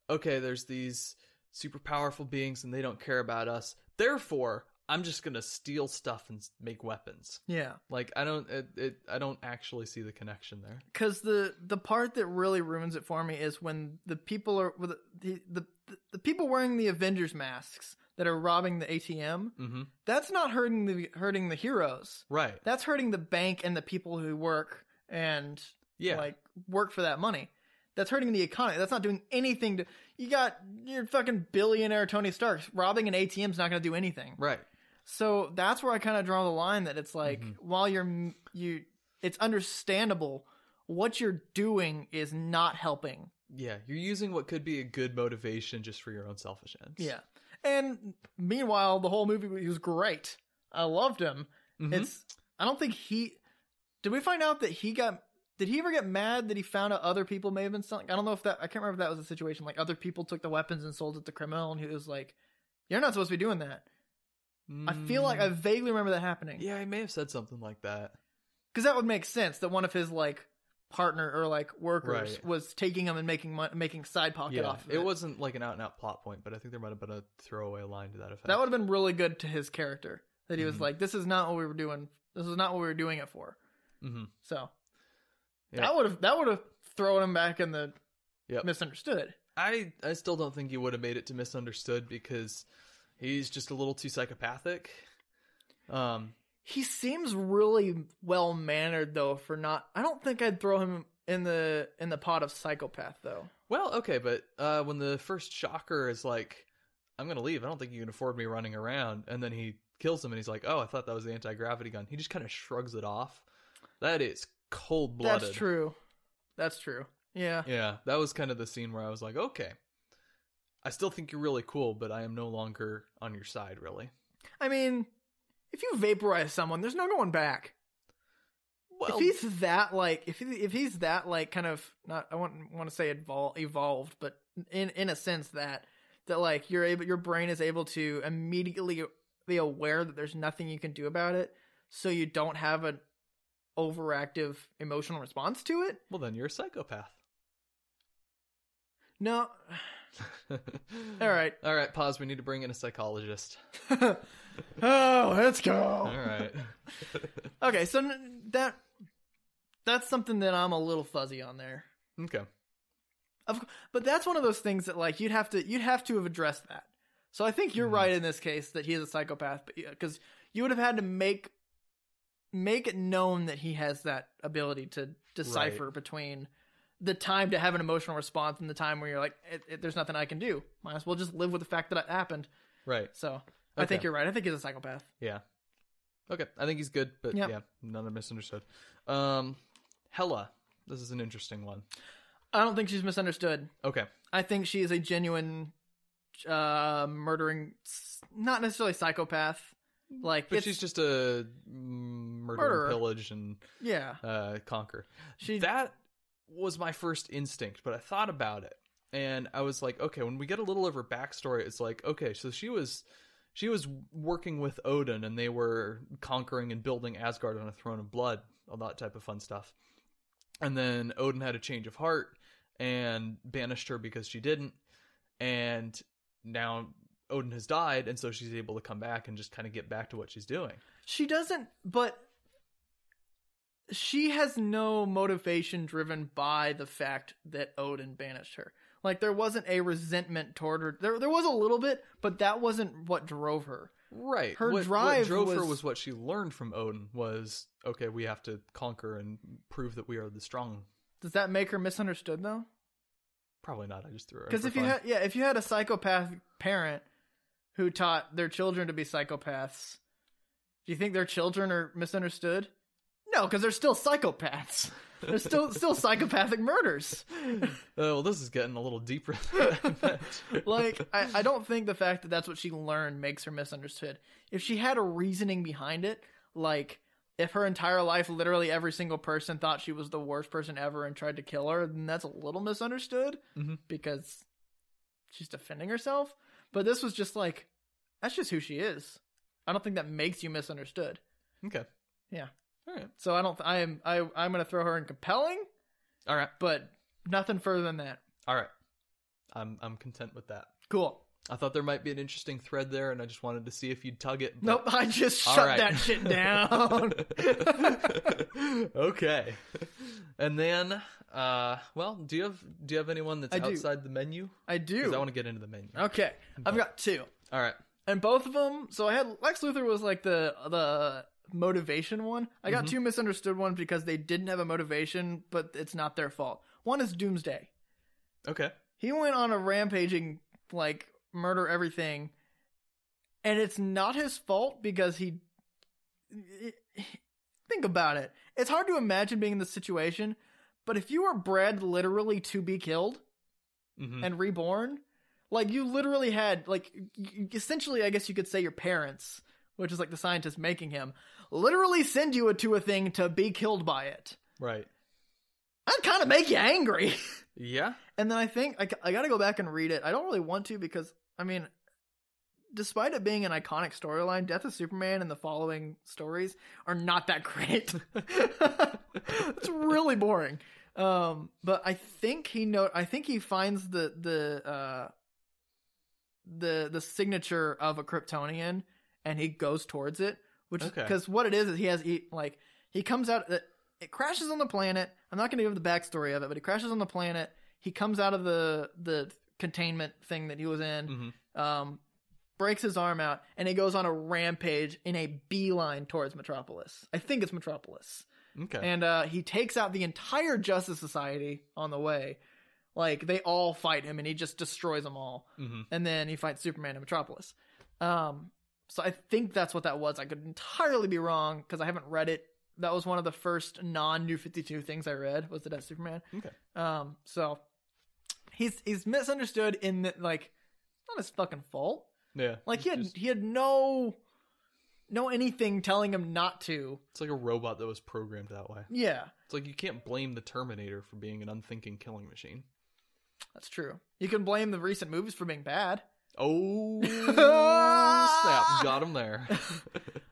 S2: okay, there's these super powerful beings and they don't care about us. Therefore, I'm just gonna steal stuff and s- make weapons.
S1: Yeah.
S2: Like I don't, it, it, I don't actually see the connection there.
S1: Cuz the the part that really ruins it for me is when the people are with the the, the, the people wearing the Avengers masks that are robbing the ATM,
S2: Mm-hmm.
S1: that's not hurting the hurting the heroes.
S2: Right?
S1: that's hurting the bank and the people who work and
S2: Yeah.
S1: like work for that money. That's hurting the economy. That's not doing anything to. You got your fucking billionaire Tony Stark robbing an ATM's not going to do anything.
S2: right.
S1: So that's where I kind of draw the line that it's like
S2: Mhm.
S1: while you're m- you, it's understandable what you're doing is not helping.
S2: Yeah. You're using what could be a good motivation just for your own selfish ends.
S1: Yeah. And meanwhile, the whole movie was great. I loved him.
S2: Mhm.
S1: It's I don't think he did we find out that he got did he ever get mad that he found out other people may have been selling I don't know if that I can't remember if that was the situation. Like other people took the weapons and sold it to criminal and he was like, You're not supposed to be doing that. I feel like I
S2: Mm,
S1: vaguely remember that happening.
S2: Yeah, I may have said something like that.
S1: Because that would make sense that one of his like partner or like workers
S2: Right.
S1: was taking them and making mon- making side pocket off of it.
S2: it wasn't like an out and out plot point, but I think there might have been a throwaway line to that effect.
S1: that would have been really good to his character. That he was
S2: Mhm.
S1: like, This is not what we were doing this is not what we were doing it for.
S2: hmm
S1: So
S2: Yeah.
S1: that would have that would have thrown him back in the
S2: Yep.
S1: misunderstood.
S2: I I still don't think you would have made it to misunderstood because he's just a little too psychopathic. Um,
S1: He seems really well mannered though for not I don't think I'd throw him in the in the pot of psychopath though.
S2: well, okay, but uh, when the first shocker is like, "I'm gonna leave. I don't think you can afford me running around," and then he kills him, and he's like, "Oh, I thought that was the anti gravity gun." He just kind of shrugs it off. That is cold blooded.
S1: That's true. That's true. Yeah.
S2: Yeah, that was kind of the scene where I was like, okay, I still think you're really cool, but I am no longer on your side, really.
S1: I mean, if you vaporize someone, there's no going back.
S2: Well,
S1: if he's that like if he, if he's that like kind of not I wouldn't want to say evol- evolved, but in in a sense that that like you're able your brain is able to immediately be aware that there's nothing you can do about it, so you don't have an overactive emotional response to it.
S2: well, then you're a psychopath. (laughs)
S1: No,
S2: all
S1: all right. (laughs)
S2: all right. Pause. We need to bring in a psychologist.
S1: oh, let's go. (laughs)
S2: All right.
S1: Okay, so n- that that's something that I'm a little fuzzy on there.
S2: okay.
S1: But that's one of those things that like you'd have to you'd have to have addressed that. So I think you're
S2: Mhm.
S1: right in this case that he is a psychopath, but because you would have had to make make it known that he has that ability to decipher between the time to have an emotional response and the time where you're like, it, it, "There's nothing I can do. Might as well just live with the fact that it happened."
S2: Right.
S1: So I think
S2: Okay.
S1: you're right. I think he's a psychopath.
S2: Yeah. Okay. I think he's good, but
S1: Yep.
S2: yeah, none are misunderstood. Um, Hella. This is an interesting one.
S1: I don't think she's misunderstood.
S2: Okay.
S1: I think she is a genuine uh murdering not necessarily psychopath. Like
S2: But
S1: it's-
S2: she's just a murder,
S1: Murderer.
S2: and pillage, and
S1: yeah.
S2: uh, conquer.
S1: She
S2: that was my first instinct, but I thought about it and I was like, okay, when we get a little of her backstory, it's like, okay, so she was she was working with Odin and they were conquering and building Asgard on a throne of blood, all that type of fun stuff. And then Odin had a change of heart and banished her because she didn't. And now Odin has died, and so she's able to come back and just kind of get back to what she's doing.
S1: she doesn't but she has no motivation driven by the fact that Odin banished her. Like there wasn't a resentment toward her. There there was a little bit, but that wasn't what drove her.
S2: Right.
S1: Her
S2: What- what,
S1: drive
S2: drove her
S1: was-
S2: was what she learned from Odin was okay, we have to conquer and prove that we are the strong.
S1: Does that make her misunderstood though?
S2: Probably not. I just threw it.
S1: Because if you had yeah, if you had a psychopath parent who taught their children to be psychopaths, do you think their children are misunderstood? No, because they're still psychopaths. They're still still psychopathic murders.
S2: (laughs) oh, well, this is getting a little deeper.
S1: (laughs) Like I, I don't think the fact that that's what she learned makes her misunderstood. If she had a reasoning behind it, like if her entire life literally every single person thought she was the worst person ever and tried to kill her, then that's a little misunderstood
S2: Mhm.
S1: because she's defending herself. But this was just like that's just who she is. I don't think that makes you misunderstood.
S2: (laughs) okay.
S1: Yeah.
S2: All right.
S1: So I don't. I am. I. I'm gonna throw her in compelling,
S2: All right.
S1: but nothing further than that.
S2: All right. I'm I'm content with that.
S1: Cool.
S2: I thought there might be an interesting thread there, and I just wanted to see if you'd tug it. but-
S1: Nope. (laughs) I just
S2: All
S1: shut
S2: right.
S1: that shit
S2: (laughs)
S1: down.
S2: okay. And then, uh, well, do you have do you have anyone that's
S1: I do.
S2: outside the menu?
S1: I
S2: Because
S1: do.
S2: I want to get into the menu.
S1: Okay, I've got two,
S2: All right.
S1: and both of them. So I had Lex Luthor was like the the motivation one. I got two misunderstood ones because they didn't have a motivation, but it's not their fault. One is Doomsday.
S2: Okay.
S1: He went on a rampaging like murder everything, and it's not his fault because he. Think about it. It's hard to imagine being in this situation, but if you were bred literally to be killed,
S2: Mm-hmm.
S1: and reborn like you literally had like y- y- essentially i guess you could say your parents which is like the scientist making him literally send you to a thing to be killed by it
S2: right.
S1: that kind of make you angry (laughs)
S2: Yeah.
S1: and then i think I, I gotta go back and read it i don't really want to because i mean despite it being an iconic storyline death of superman and the following stories are not that (laughs) great it's really boring um but i think he know i think he finds the the uh the the signature of a kryptonian and he goes towards it which
S2: Okay.
S1: because what it is is he has he like he comes out it, it crashes on the planet i'm not going to give the backstory of it but he crashes on the planet he comes out of the the containment thing that he was in
S2: Mm-hmm.
S1: um, breaks his arm out, and he goes on a rampage in a beeline towards Metropolis. I think it's Metropolis.
S2: Okay.
S1: And uh, he takes out the entire Justice Society on the way. Like, they all fight him, and he just destroys them all.
S2: mm-hmm.
S1: And then he fights Superman in Metropolis. Um, so I think that's what that was. I could entirely be wrong because I haven't read it. That was one of the first non New 52 things I read was the Death of Superman.
S2: Okay.
S1: Um, so he's he's misunderstood in that like not his fucking fault.
S2: Yeah.
S1: Like he had
S2: Just-
S1: he had no no anything telling him not to.
S2: it's like a robot that was programmed that way.
S1: Yeah,
S2: It's like you can't blame the Terminator for being an unthinking killing machine.
S1: that's true. You can blame the recent movies for being bad. (laughs)
S2: Oh snap! Got him there.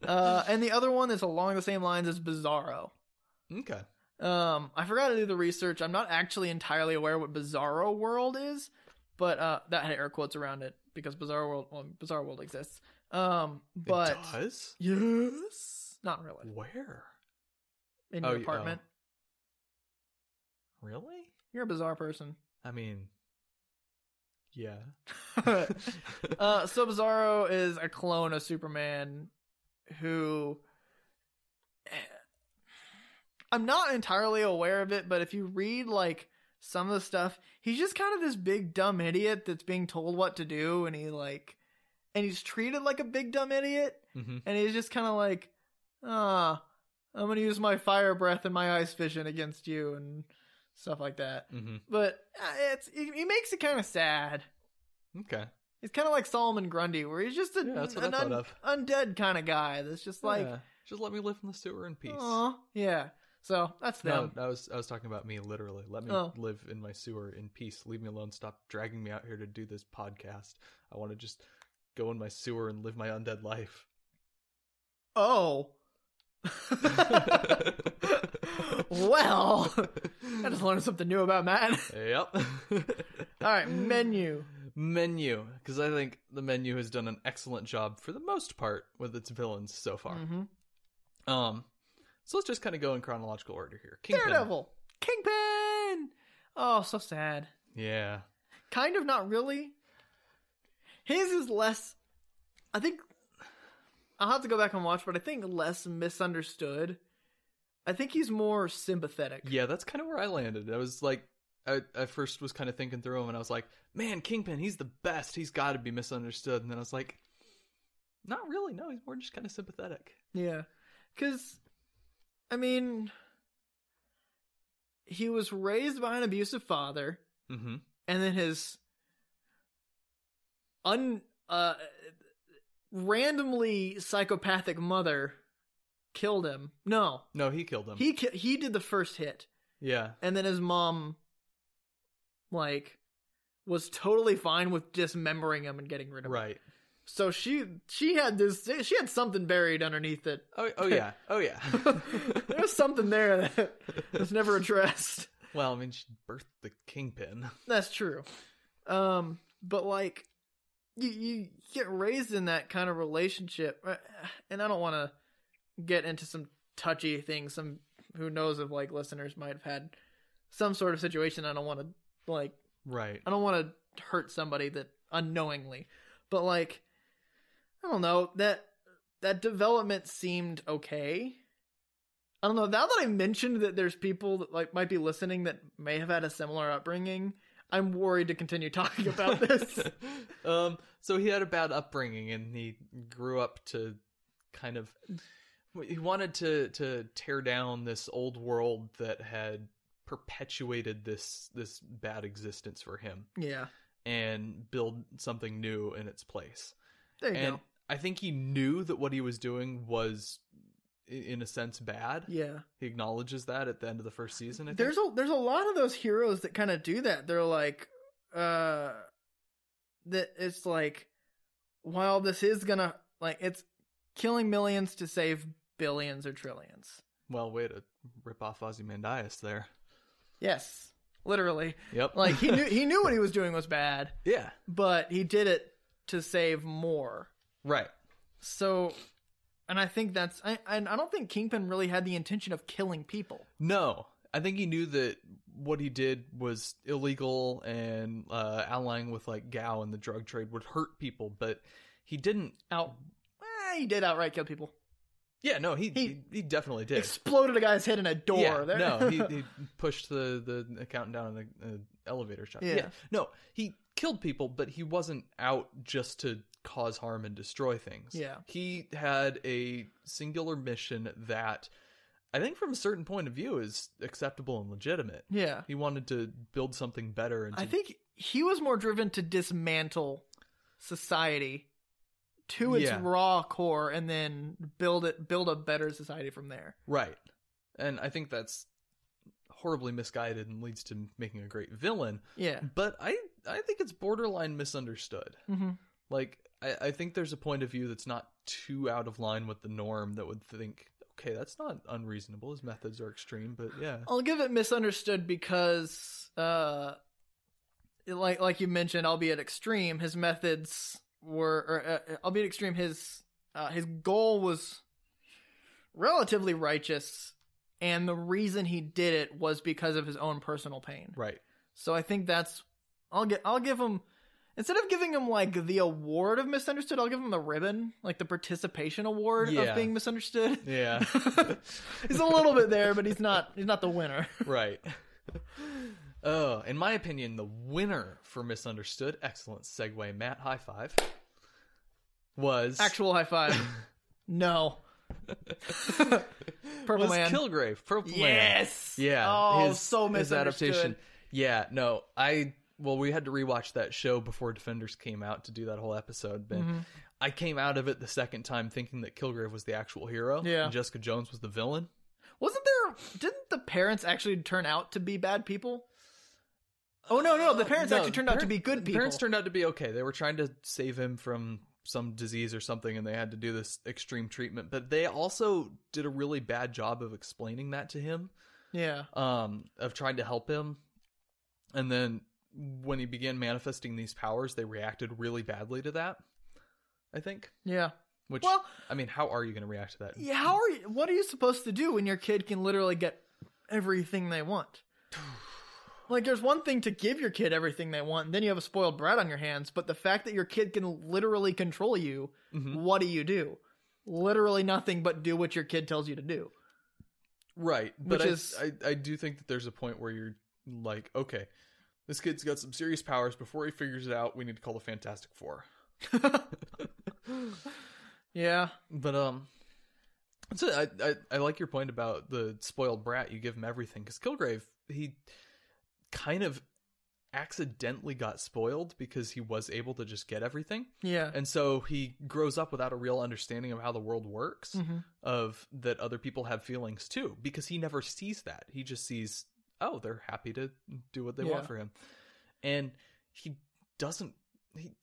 S1: Uh, and the other one that's along the same lines is Bizarro.
S2: okay.
S1: Um, I forgot to do the research. I'm not actually entirely aware what Bizarro World is, but uh, that had air quotes around it because Bizarro World, well, Bizarro World exists. Um, but
S2: it does
S1: yes, not really
S2: where
S1: in
S2: Oh,
S1: your
S2: you-
S1: apartment.
S2: really?
S1: You're a bizarre
S2: (laughs)
S1: person. (laughs)
S2: I mean, yeah. (laughs) Mm-hmm,
S1: uh, so Bizarro is a clone of Superman who eh, I'm not entirely aware of it, but if you read like some of the stuff, he's just kind of this big dumb idiot that's being told what to do and he like and he's treated like a big dumb idiot
S2: hmm
S1: and he's just kind of like, "Ah, I'm going to use my fire breath and my ice vision against you and stuff like that.
S2: hmm
S1: But uh, it's he, he makes it kind of sad.
S2: Okay.
S1: He's kind of like Solomon Grundy, where he's just a,
S2: Yeah, that's what
S1: an
S2: I
S1: un,
S2: thought of.
S1: undead kind of guy that's just like,
S2: Yeah. just let me live in the sewer in peace.
S1: oh yeah. So that's
S2: No,
S1: them.
S2: I was I was talking about me literally. Let me
S1: Oh.
S2: live in my sewer in peace. Leave me alone. Stop dragging me out here to do this podcast. I want to just go in my sewer and live my undead life. (laughs)
S1: (laughs) Oh. (laughs) well, I just learned something new about Matt. (laughs)
S2: yep.
S1: All right, menu.
S2: Menu, because I think the menu has done an excellent job for the most part with its villains so far.
S1: hmm
S2: Um, so let's just kind of go in chronological order here. Kingpin.
S1: Daredevil, Kingpin. Oh, so sad.
S2: Yeah.
S1: Kind of, not really. His is less. I think I'll have to go back and watch, but I think less misunderstood. I think he's more sympathetic.
S2: Yeah, that's kind of where I landed. I was like, I, I first was kind of thinking through him, and I was like, man, Kingpin, he's the best. He's got to be misunderstood. And then I was like, not really. No, he's more just kind of sympathetic.
S1: Yeah. Because, I mean, he was raised by an abusive father,
S2: Mm-hmm.
S1: and then his un uh randomly psychopathic mother killed him. No,
S2: No, he killed him.
S1: he ki- he did the first hit,
S2: yeah.
S1: and then his mom, like, was totally fine with dismembering him and getting rid of him.
S2: Right.
S1: So she she had this she had something buried underneath it.
S2: Oh,
S1: (laughs)
S2: oh yeah. Oh, yeah. (laughs)
S1: there was something there that was never addressed.
S2: well, I mean, she birthed the Kingpin.
S1: That's true. Um, but like, you you get raised in that kind of relationship, uh, and I don't want to get into some touchy things. Some who knows if like listeners might have had some sort of situation. I don't want to like
S2: Right.
S1: I don't want to hurt somebody that unknowingly, but like, I don't know that that development seemed okay. I don't know. Now that I mentioned that there's people that like might be listening that may have had a similar upbringing, I'm worried to continue talking
S2: (laughs)
S1: about this.
S2: um, so he had a bad upbringing, and he grew up to kind of he wanted to to tear down this old world that had perpetuated this this bad existence for him,
S1: yeah,
S2: and build something new in its place.
S1: there you
S2: And
S1: go.
S2: I think he knew that what he was doing was, i- in a sense, bad.
S1: Yeah,
S2: He acknowledges that at the end of the first season. I think.
S1: there's a there's a lot of those heroes that kind of do that. They're like, uh, that it's like, while this is gonna like it's killing millions to save billions or trillions.
S2: well, way to rip off Ozymandias there.
S1: Yes, literally.
S2: Yep.
S1: Like he knew he knew what he was doing was bad,
S2: (laughs) yeah.
S1: but he did it to save more.
S2: Right.
S1: So, and I think that's I I, I don't think Kingpin really had the intention of killing people.
S2: No, I think he knew that what he did was illegal and uh, allying with like Gao and the drug trade would hurt people, but he didn't.
S1: Out, eh, he did outright kill people.
S2: Yeah, no, he
S1: He-
S2: he, he definitely did.
S1: Exploded a guy's head in a door.
S2: yeah,
S1: there.
S2: no, he, he pushed the the accountant down in the uh, elevator shaft.
S1: Yeah.
S2: no, he killed people, but he wasn't out just to cause harm and destroy things.
S1: Yeah.
S2: he had a singular mission that. I think from a certain point of view is acceptable and legitimate.
S1: (laughs) yeah.
S2: He wanted to build something better and to
S1: I think he was more driven to dismantle society to its
S2: Yeah.
S1: raw core and then build it build a better society from there.
S2: Right. And I think that's horribly misguided and leads to making a great villain.
S1: Yeah.
S2: But I I think it's borderline misunderstood.
S1: hmm
S2: Like I, I think there's a point of view that's not too out of line with the norm that would think, okay, that's not unreasonable. His methods are extreme, but yeah.
S1: I'll give it misunderstood because, uh, it- like like you mentioned, albeit extreme, his methods were, or, uh, albeit extreme, his uh, his goal was relatively righteous, and the reason he did it was because of his own personal pain.
S2: Right.
S1: So I think that's I'll get I'll give him instead of giving him like the award of misunderstood, I'll give him the ribbon, like the participation award
S2: Yeah.
S1: of being misunderstood.
S2: Yeah.
S1: (laughs) he's a little bit there, but he's not he's not the
S2: (laughs)
S1: winner.
S2: (laughs) right. Oh, in my opinion, the winner for misunderstood, excellent segue, Matt high five was
S1: Actual high five. No. Purple
S2: was
S1: Man.
S2: Kilgrave. Purple Man.
S1: Yes.
S2: Yeah.
S1: Oh,
S2: his-
S1: so
S2: his
S1: misunderstood.
S2: adaptation. Yeah. No, I. Well, we had to rewatch that show before Defenders came out to do that whole episode. But
S1: Mhm.
S2: I came out of it the second time thinking that Kilgrave was the actual hero.
S1: Yeah.
S2: And Jessica Jones was the villain.
S1: Wasn't there? Didn't the parents actually turn out to be bad people? Oh no, no, the parents
S2: Uh, No,
S1: actually turned out to
S2: parent-
S1: be good
S2: the
S1: people.
S2: Parents turned out to be okay. They were trying to save him from some disease or something, and they had to do this extreme treatment. But they also did a really bad job of explaining that to him,
S1: yeah.
S2: um, of trying to help him. And then when he began manifesting these powers, they reacted really badly to that. I think.
S1: Yeah.
S2: Which,
S1: Well,
S2: I mean, how are you going to react to that?
S1: yeah, how are you, what are you supposed to do when your kid can literally get everything they want? (sighs) Like there's one thing to give your kid everything they want, and then you have a spoiled brat on your hands, but the fact that your kid can literally control you,
S2: Mhm.
S1: what do you do? Literally nothing but do what your kid tells you to do.
S2: Right, but
S1: Which
S2: I,
S1: is-
S2: I I do think that there's a point where you're like, okay, this kid's got some serious powers. Before he figures it out, we need to call the Fantastic Four.
S1: Yeah.
S2: But um, so I, I I like your point about the spoiled brat. You give him everything because Kilgrave he kind of accidentally got spoiled because he was able to just get everything,
S1: Yeah.
S2: and so he grows up without a real understanding of how the world works
S1: Mhm.
S2: of that other people have feelings too because he never sees that he just sees oh they're happy to do what they
S1: Yeah.
S2: want for him and he doesn't he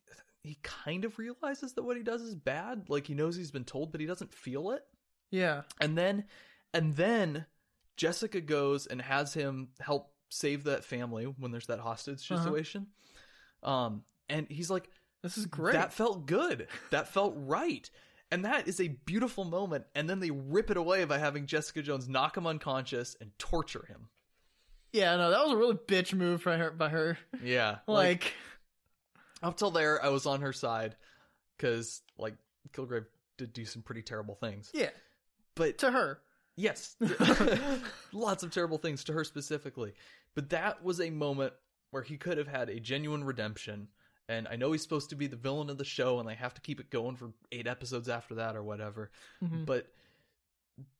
S2: he kind of realizes that what he does is bad like he knows he's been told but he doesn't feel it
S1: Yeah.
S2: and then and then Jessica goes and has him help save that family when there's that hostage
S1: Uh-huh.
S2: situation um and he's like
S1: This is great.
S2: that felt good. That felt right. And that is a beautiful moment. And then they rip it away by having Jessica Jones knock him unconscious and torture him.
S1: yeah, no, that was a really bitch move by her by her. (laughs)
S2: Yeah.
S1: Like,
S2: up till there, I was on her side because, like, Kilgrave did do some pretty terrible things.
S1: yeah,
S2: But
S1: to her.
S2: yes, (laughs) lots of terrible things to her specifically. But that was a moment where he could have had a genuine redemption. And I know he's supposed to be the villain of the show, and they have to keep it going for eight episodes after that or whatever.
S1: Mhm.
S2: but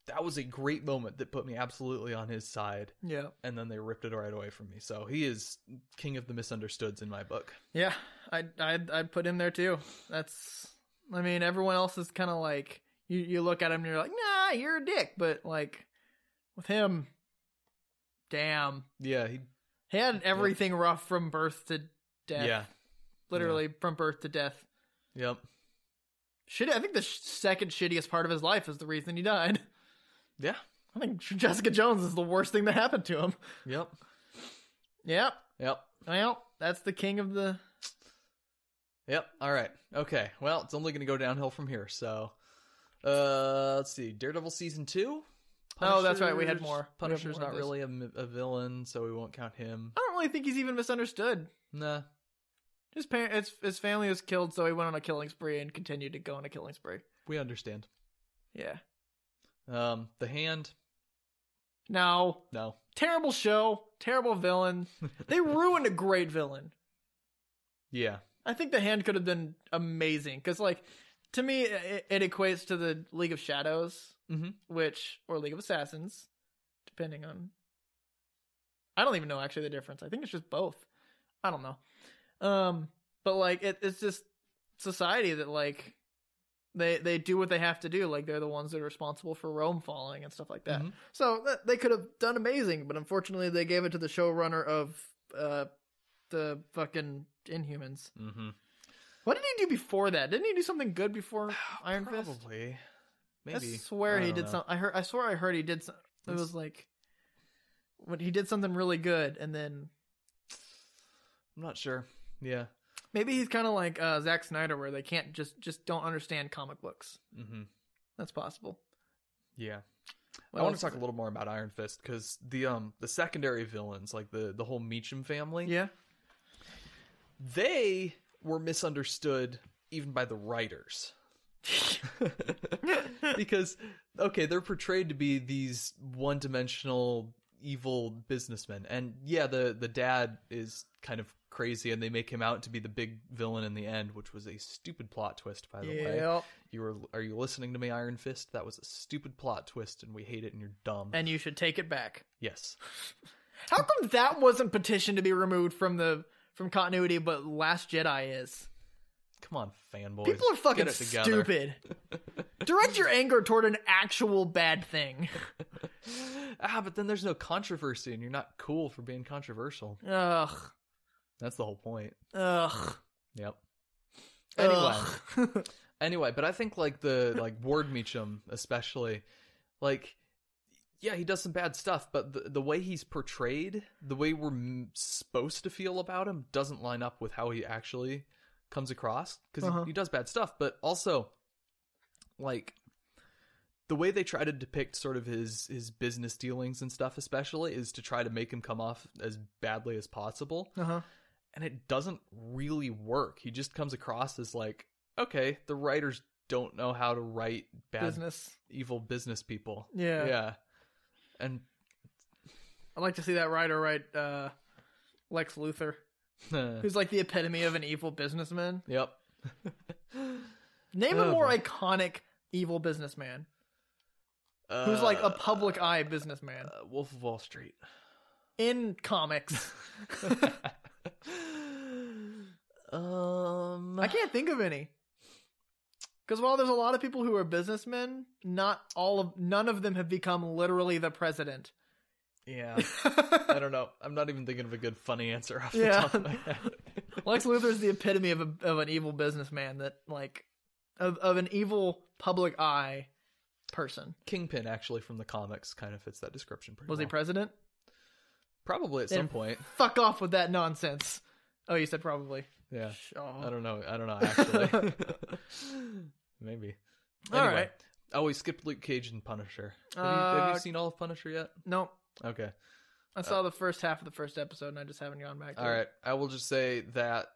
S2: that was a great moment that put me absolutely on his side
S1: Yeah.
S2: and then they ripped it right away from me so he is king of the misunderstoods in my book
S1: Yeah, I I I put him there too. That's I mean everyone else is kind of like you you look at him and you're like nah you're a dick, but like with him, damn,
S2: yeah he
S1: he had everything rough from birth to death.
S2: yeah
S1: literally from birth to death.
S2: yep
S1: Shit, I think the sh- second shittiest part of his life is the reason he died.
S2: yeah
S1: I think Jessica Jones is the worst thing that happened to him.
S2: yep
S1: Yep.
S2: yep
S1: Well, that's the king of the
S2: yep all right okay well it's only gonna go downhill from here so uh let's see daredevil season two
S1: Oh, that's right, we had
S2: Punisher's-
S1: more. We had
S2: punisher's
S1: more of
S2: not
S1: this.
S2: really a, mi- a villain so we won't count him
S1: I don't really think he's even misunderstood.
S2: nah
S1: His parent, his, his family was killed, so he went on a killing spree and continued to go on a killing spree.
S2: we understand
S1: Yeah.
S2: um the hand
S1: No,
S2: no
S1: terrible show, terrible villain. They ruined a great villain.
S2: yeah
S1: I think the hand could have been amazing because, like, to me, it, it equates to the League of Shadows,
S2: Mhm.
S1: which or League of Assassins, depending on. I don't even know actually the difference. I think it's just both. I don't know, um, but like it, it's just society that like they they do what they have to do. Like they're the ones that are responsible for Rome falling and stuff like that.
S2: Mhm.
S1: So th- they could have done amazing, but unfortunately, they gave it to the showrunner of uh, the fucking Inhumans.
S2: mm-hmm
S1: What did he do before that? Didn't he do something good
S2: (sighs)
S1: before Iron
S2: Probably.
S1: Fist?
S2: Maybe.
S1: I swear
S2: I
S1: he
S2: don't
S1: did
S2: know.
S1: some. I heard. I swear I heard he did. Some, it
S2: It's-
S1: was like when he did something really good, and then
S2: I'm not sure. Yeah.
S1: maybe he's kind of like uh, Zack Snyder, where they can't just just don't understand comic books.
S2: hmm
S1: That's possible.
S2: Yeah.
S1: What
S2: I want
S1: else
S2: to talk a
S1: is
S2: little more about Iron Fist because the um the secondary villains like the the whole Meacham
S1: it?
S2: family.
S1: Yeah.
S2: They were misunderstood even by the writers. (laughs) because okay, they're portrayed to be these one-dimensional evil businessmen. And yeah, the the dad is kind of crazy, and they make him out to be the big villain in the end, which was a stupid plot twist, by the way.
S1: Yep.
S2: You were, are you listening to me, Iron Fist? That was a stupid plot twist, and we hate it, and you're dumb.
S1: And you should take it back.
S2: yes,
S1: How come that wasn't petitioned to be removed from the from continuity, but Last Jedi is?
S2: come on, fanboys.
S1: People are fucking
S2: Get it together.
S1: stupid. Direct your anger toward an actual bad thing.
S2: (laughs) ah, but then there's no controversy, and you're not cool for being controversial.
S1: Ugh.
S2: That's the whole point.
S1: Ugh.
S2: Yep. Anyway,
S1: Ugh.
S2: anyway, but I think like the like Ward Meacham especially, like, yeah, he does some bad stuff, but the the way he's portrayed, the way we're m- supposed to feel about him, doesn't line up with how he actually comes across because
S1: Uh-huh.
S2: he, he does bad stuff, but also, like. The way they try to depict sort of his his business dealings and stuff, especially, is to try to make him come off as badly as possible
S1: (laughs) uh-huh.
S2: and it doesn't really work. He just comes across as like, okay, the writers don't know how to write bad,
S1: Business.
S2: evil business people.
S1: Yeah.
S2: And (laughs)
S1: I'd like to see that writer write uh, Lex Luthor, who's like the epitome of an evil businessman.
S2: yep.
S1: Name a
S2: Oh,
S1: more
S2: boy.
S1: iconic evil businessman
S2: Uh,
S1: who's like a public eye businessman
S2: uh, Wolf of
S1: (laughs)
S2: Wall Street. (laughs)
S1: in (laughs) comics.
S2: um,
S1: I can't think of any. Because while there's a lot of people who are businessmen, not all of none of them have become literally the (laughs) president.
S2: yeah, I don't know. I'm not even thinking of a good funny answer off the
S1: Yeah.
S2: top of my head. (laughs)
S1: Lex Luthor is the epitome of, a, of an evil businessman that like of, of an evil public eye person.
S2: Kingpin actually from the comics kind of fits that description pretty
S1: Was he
S2: well.
S1: president?
S2: Probably at
S1: Yeah.
S2: some point.
S1: Fuck off with that nonsense. Oh, you said probably.
S2: Yeah.
S1: Oh.
S2: I don't know. I don't know actually.
S1: (laughs)
S2: Maybe.
S1: All right.
S2: Oh, we skipped Luke Cage and Punisher. Have, you, have
S1: Uh,
S2: you seen all of Punisher yet?
S1: No,
S2: Okay.
S1: I saw the first half of the first episode and I just haven't gone back. To
S2: Uh. All
S1: it.
S2: right. I will just say that.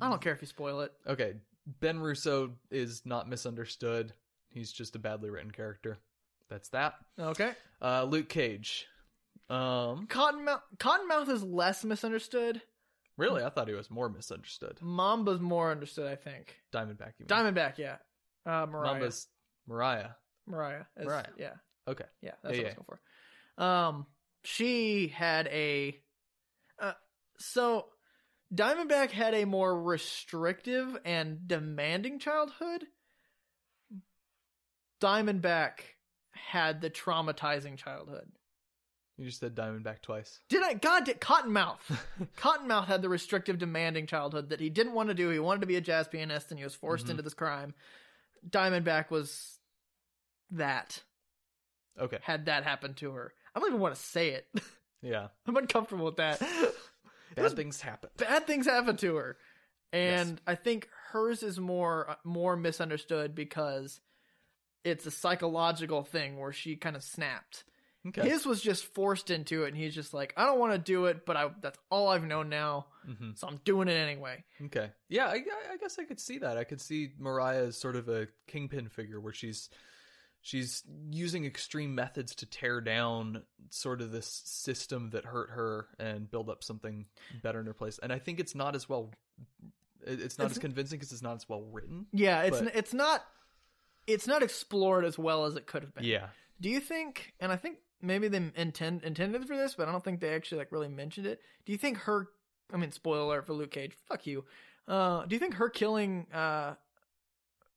S1: I don't care if you spoil it.
S2: Okay. Ben Russo is not misunderstood. He's just a badly written character. That's that.
S1: Okay.
S2: Uh, Luke Cage. Um,
S1: Cottonmouth Cottonmouth is less misunderstood.
S2: really, I thought he was more misunderstood.
S1: Mamba's more understood, I think.
S2: Diamondback. You mean.
S1: Diamondback, yeah. Uh, Mariah.
S2: Mamba's Mariah.
S1: Mariah. is-
S2: Mariah.
S1: Yeah.
S2: Okay.
S1: Yeah, that's
S2: Yeah,
S1: what I was going for. Um, she had a. Uh, so, Diamondback had a more restrictive and demanding childhood. Diamondback had the traumatizing childhood.
S2: You just said
S1: (laughs)
S2: Diamondback twice.
S1: Did I? God, did Cottonmouth.
S2: (laughs)
S1: Cottonmouth had the restrictive, demanding childhood that he didn't want to do. He wanted to be a jazz pianist, and he was forced
S2: Mhm.
S1: into this crime. Diamondback was that
S2: Okay.
S1: had that happen to her. I don't even want to say it. (laughs)
S2: Yeah.
S1: I'm uncomfortable with that.
S2: Bad
S1: was-
S2: things happen.
S1: Bad things happen to her, and
S2: Yes.
S1: I think hers is more more misunderstood because it's a psychological thing where she kind of snapped.
S2: Okay.
S1: His was just forced into it, and he's just like, I don't want to do it, but I that's all I've known now,
S2: hmm
S1: so I'm doing it anyway.
S2: Okay. Yeah, I, I- I guess I could see that. I could see Mariah as sort of a kingpin figure where she's she's using extreme methods to tear down sort of this system that hurt her and build up something better in her place. And I think it's not as well it- it's not
S1: It's-
S2: as convincing because it's not as well written.
S1: Yeah, it's
S2: But-
S1: it's not it's not explored as well as it could have been.
S2: Yeah.
S1: Do you think? And I think maybe they intend intended for this, but I don't think they actually like really mentioned it. Do you think her? I mean, spoiler alert for Luke Cage. Fuck you. Uh, do you think her killing uh,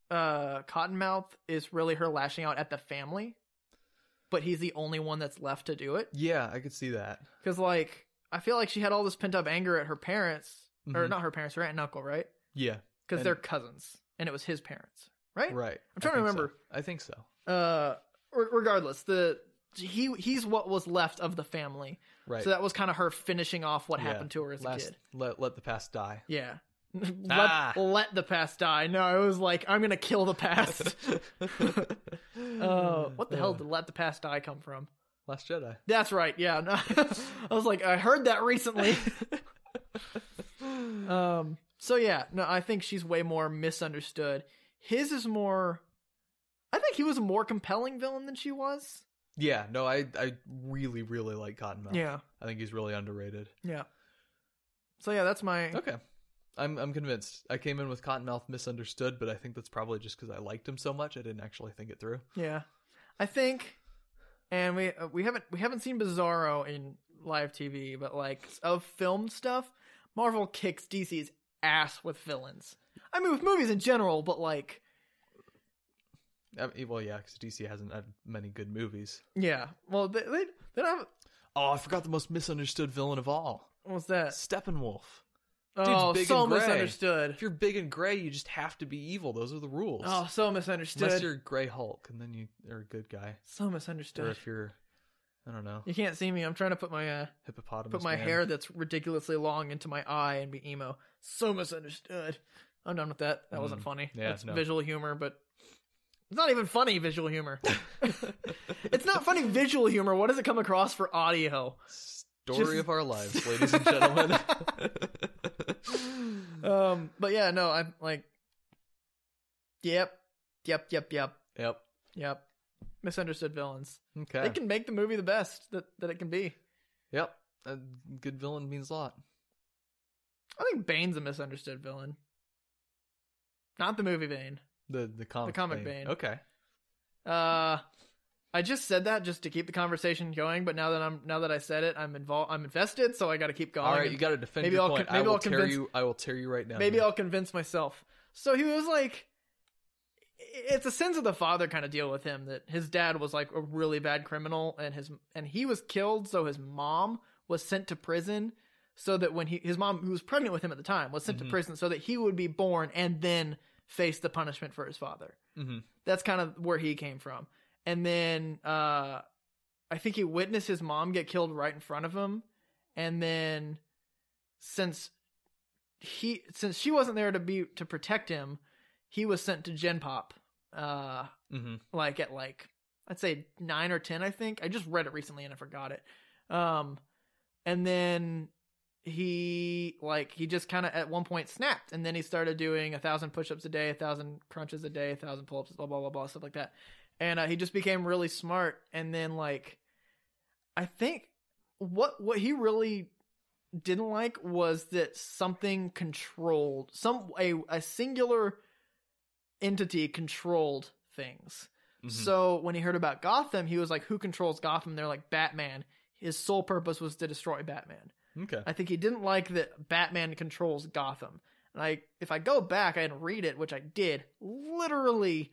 S1: uh, Cottonmouth is really her lashing out at the family? But he's the only one that's left to do it.
S2: Yeah, I could see that.
S1: Because like, I feel like she had all this pent up anger at her parents, or
S2: Mhm.
S1: not her parents, her aunt and uncle, right?
S2: Yeah.
S1: Because
S2: And-
S1: they're cousins, and it was his parents, right?
S2: Right.
S1: I'm trying
S2: I
S1: to
S2: think so.
S1: remember.
S2: I think so.
S1: Uh, re- regardless, the he he's what was left of the family.
S2: Right.
S1: So that was kind of her finishing off what
S2: Yeah.
S1: happened to her as a
S2: Last
S1: kid.
S2: let let the past die.
S1: Yeah. (laughs) let,
S2: Ah.
S1: let the past die. No, it was like I'm gonna kill the (laughs)
S2: (laughs)
S1: past. uh, what the hell did let the past die come from?
S2: Last Jedi.
S1: That's right. Yeah, no, (laughs) I was like, I heard that
S2: (laughs)
S1: recently. um. So yeah, no, I think she's way more misunderstood. His is more. I think he was a more compelling villain than she was.
S2: Yeah, no, I I really really like Cottonmouth.
S1: Yeah.
S2: I think he's really underrated.
S1: Yeah. So yeah, that's my
S2: Okay. I'm I'm convinced. I came in with Cottonmouth misunderstood, but I think that's probably just because I liked him so much. I didn't actually think it through.
S1: yeah. I think, and we uh, we haven't we haven't seen Bizarro in live TV, but like of film stuff, Marvel kicks DC's ass with villains. I mean, with movies in general, but like
S2: I mean, well, yeah, because DC hasn't had many good movies.
S1: yeah. Well, they they, they don't have.
S2: Oh, I forgot the most misunderstood villain of all,
S1: What's that?
S2: Steppenwolf.
S1: oh,
S2: big
S1: so
S2: and gray.
S1: misunderstood.
S2: If you're big and gray, you just have to be evil. Those are the rules.
S1: Oh, so
S2: Unless
S1: misunderstood.
S2: you're Gray Hulk, and then you are a good guy.
S1: So
S2: Or
S1: misunderstood.
S2: if you're, I don't know,
S1: You can't see me. I'm trying to put my uh,
S2: hippopotamus.
S1: put my
S2: man.
S1: hair that's ridiculously long into my eye and be emo. So misunderstood. I'm done with that. That wasn't
S2: Mm.
S1: funny.
S2: Yeah,
S1: that's
S2: no.
S1: visual humor, but it's not even funny visual humor. (laughs)
S2: (laughs)
S1: it's not funny visual humor. What does it come across for audio?
S2: Story
S1: Just-
S2: of
S1: (laughs)
S2: our lives, ladies and gentlemen.
S1: Um, but yeah, no, I'm like, yep, yep, yep, yep,
S2: yep.
S1: yep. Misunderstood villains.
S2: Okay.
S1: They can make the movie the best that, that it can be.
S2: Yep. A good villain means a lot.
S1: I think Bane's a misunderstood villain. Not the movie Bane.
S2: The the comic
S1: comic
S2: Bane.
S1: Bane.
S2: Okay.
S1: Uh, I just said that just to keep the conversation going, but now that I'm now that I said it, I'm involved. I'm invested, so I got to keep going.
S2: All right,
S1: and
S2: you got to defend
S1: maybe
S2: your
S1: I'll
S2: point.
S1: con- maybe
S2: I will
S1: I'll
S2: tear
S1: convince-
S2: you. I will tear you right now.
S1: maybe
S2: man.
S1: I'll convince myself. So he was like, it's a sins of the father kind of deal with him that his dad was like a really bad criminal, and his and he was killed, so his mom was sent to prison. So that when he his mom, who was pregnant with him at the time, was sent
S2: Mhm.
S1: to prison, so that he would be born and then face the punishment for his father.
S2: Mhm.
S1: that's kind of where he came from. And then uh I think he witnessed his mom get killed right in front of him and then since he since she wasn't there to be to protect him, he was sent to Gen Pop uh
S2: Mhm.
S1: like at like I'd say 9 or 10 I think. I just read it recently and I forgot it. Um and then he like he just kind of at one point snapped and then he started doing a thousand push-ups a day a thousand crunches a day a thousand pull-ups blah blah blah blah stuff like that and uh, he just became really smart and then like i think what what he really didn't like was that something controlled some a, a singular entity controlled things
S2: Mhm.
S1: so when he heard about Gotham, he was like, "Who controls Gotham?" They're like Batman. His sole purpose was to destroy Batman.
S2: okay.
S1: I think he didn't like that Batman controls Gotham. And I, if I go back and read it, which I did literally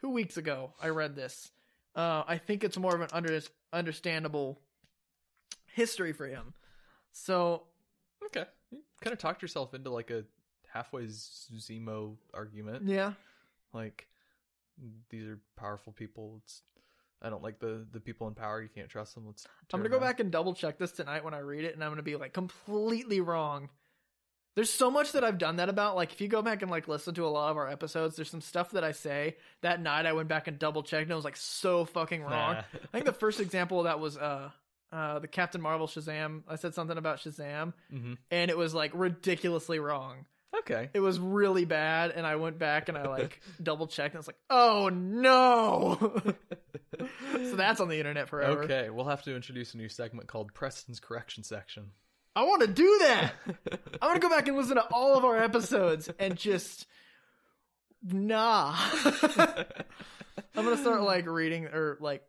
S1: two weeks ago, I read this. Uh, I think it's more of an under, understandable history for him. So
S2: Okay. You kind of talked yourself into like a halfway Zemo argument.
S1: yeah,
S2: Like these are powerful people. It's I don't like the the people in power. You can't trust them. Let's.
S1: I'm gonna
S2: tear
S1: go
S2: them down.
S1: back and double check this tonight when I read it, and I'm gonna be like completely wrong. There's so much that I've done that about. Like, if you go back and like listen to a lot of our episodes, there's some stuff that I say that night. I went back and double checked, and I was like so fucking wrong.
S2: Nah.
S1: I think the first example of that was uh, uh, the Captain Marvel Shazam. I said something about Shazam,
S2: Mhm.
S1: and it was like ridiculously wrong.
S2: Okay.
S1: It was really bad, and I went back and I
S2: (laughs)
S1: like double checked, and it's like, oh no. (laughs) (laughs) so that's on the internet forever.
S2: Okay, we'll have to introduce a new segment called Preston's Correction (laughs) Section.
S1: I want to do that. I want to go back and listen to all of our episodes and just nah. (laughs) I'm gonna start like reading or like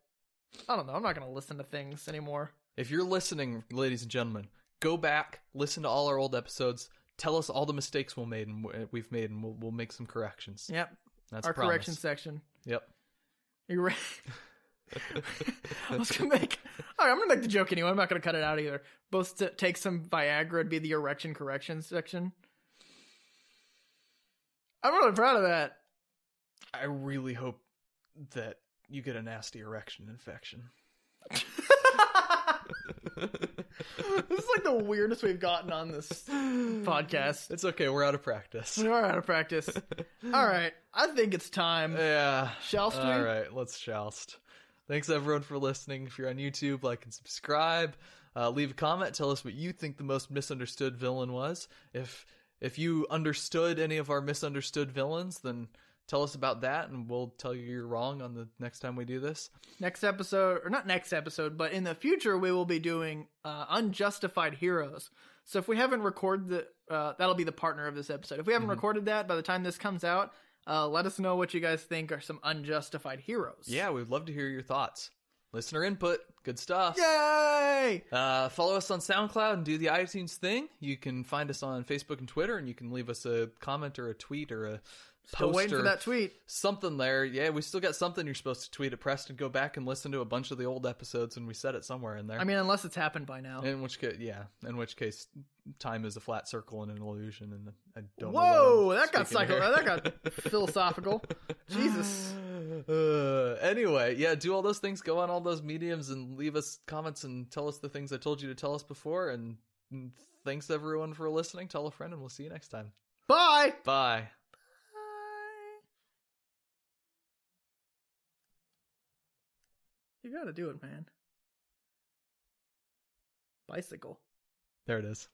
S1: I don't know. I'm not gonna listen to things anymore.
S2: If you're listening, ladies and gentlemen, go back, listen to all our old episodes, tell us all the mistakes we'll made and w- we've made, and we'll, we'll make some corrections.
S1: Yep,
S2: That's
S1: our
S2: a promise.
S1: correction section.
S2: Yep.
S1: Are you ready? (laughs) I was gonna make. All right, I'm gonna make the joke anyway. I'm not gonna cut it out either. Both to take some Viagra would be the erection correction section. I'm really proud of that.
S2: I really hope that you get a nasty erection infection.
S1: This is like the weirdest we've gotten on
S2: (sighs)
S1: this podcast.
S2: It's okay, we're out of
S1: (laughs)
S2: practice.
S1: We are out of practice. All right, I think it's time.
S2: Yeah.
S1: Shall we?
S2: All right, let's joust. Thanks everyone for listening. If you're on YouTube, like and subscribe. Uh, leave a comment. Tell us what you think the most misunderstood villain was. If if you understood any of our misunderstood villains, then tell us about that, and we'll tell you you're wrong on the next time we do this.
S1: Next episode, or not next episode, but in the future, we will be doing uh, unjustified heroes. So if we haven't recorded the, uh, that'll be the partner of this episode. If we haven't
S2: Mhm.
S1: recorded that by the time this comes out, uh, let us know what you guys think are some unjustified heroes.
S2: Yeah, we'd love to hear your thoughts. Listener input, good stuff.
S1: Yay!
S2: Uh, follow us on SoundCloud and do the iTunes thing. You can find us on Facebook and Twitter, and you can leave us a comment or a tweet or a
S1: Still
S2: post
S1: waiting
S2: or
S1: for that tweet.
S2: something there. Yeah, we still got something you're supposed to tweet at Preston. Go back and listen to a bunch of the old episodes, and we said it somewhere in there.
S1: I mean, unless it's happened by now.
S2: in which case, yeah, in which case, time is a flat circle and an illusion, and I don't. know
S1: Whoa,
S2: what I'm
S1: that got
S2: speaking
S1: psycho-
S2: here.
S1: that got
S2: (laughs)
S1: philosophical. Jesus.
S2: Uh, anyway, yeah, do all those things. Go on all those mediums and leave us comments and tell us the things I told you to tell us before. And and thanks everyone for listening. Tell a friend, and we'll see you next time.
S1: Bye.
S2: Bye.
S1: You gotta do it, man. Bicycle.
S2: There it is.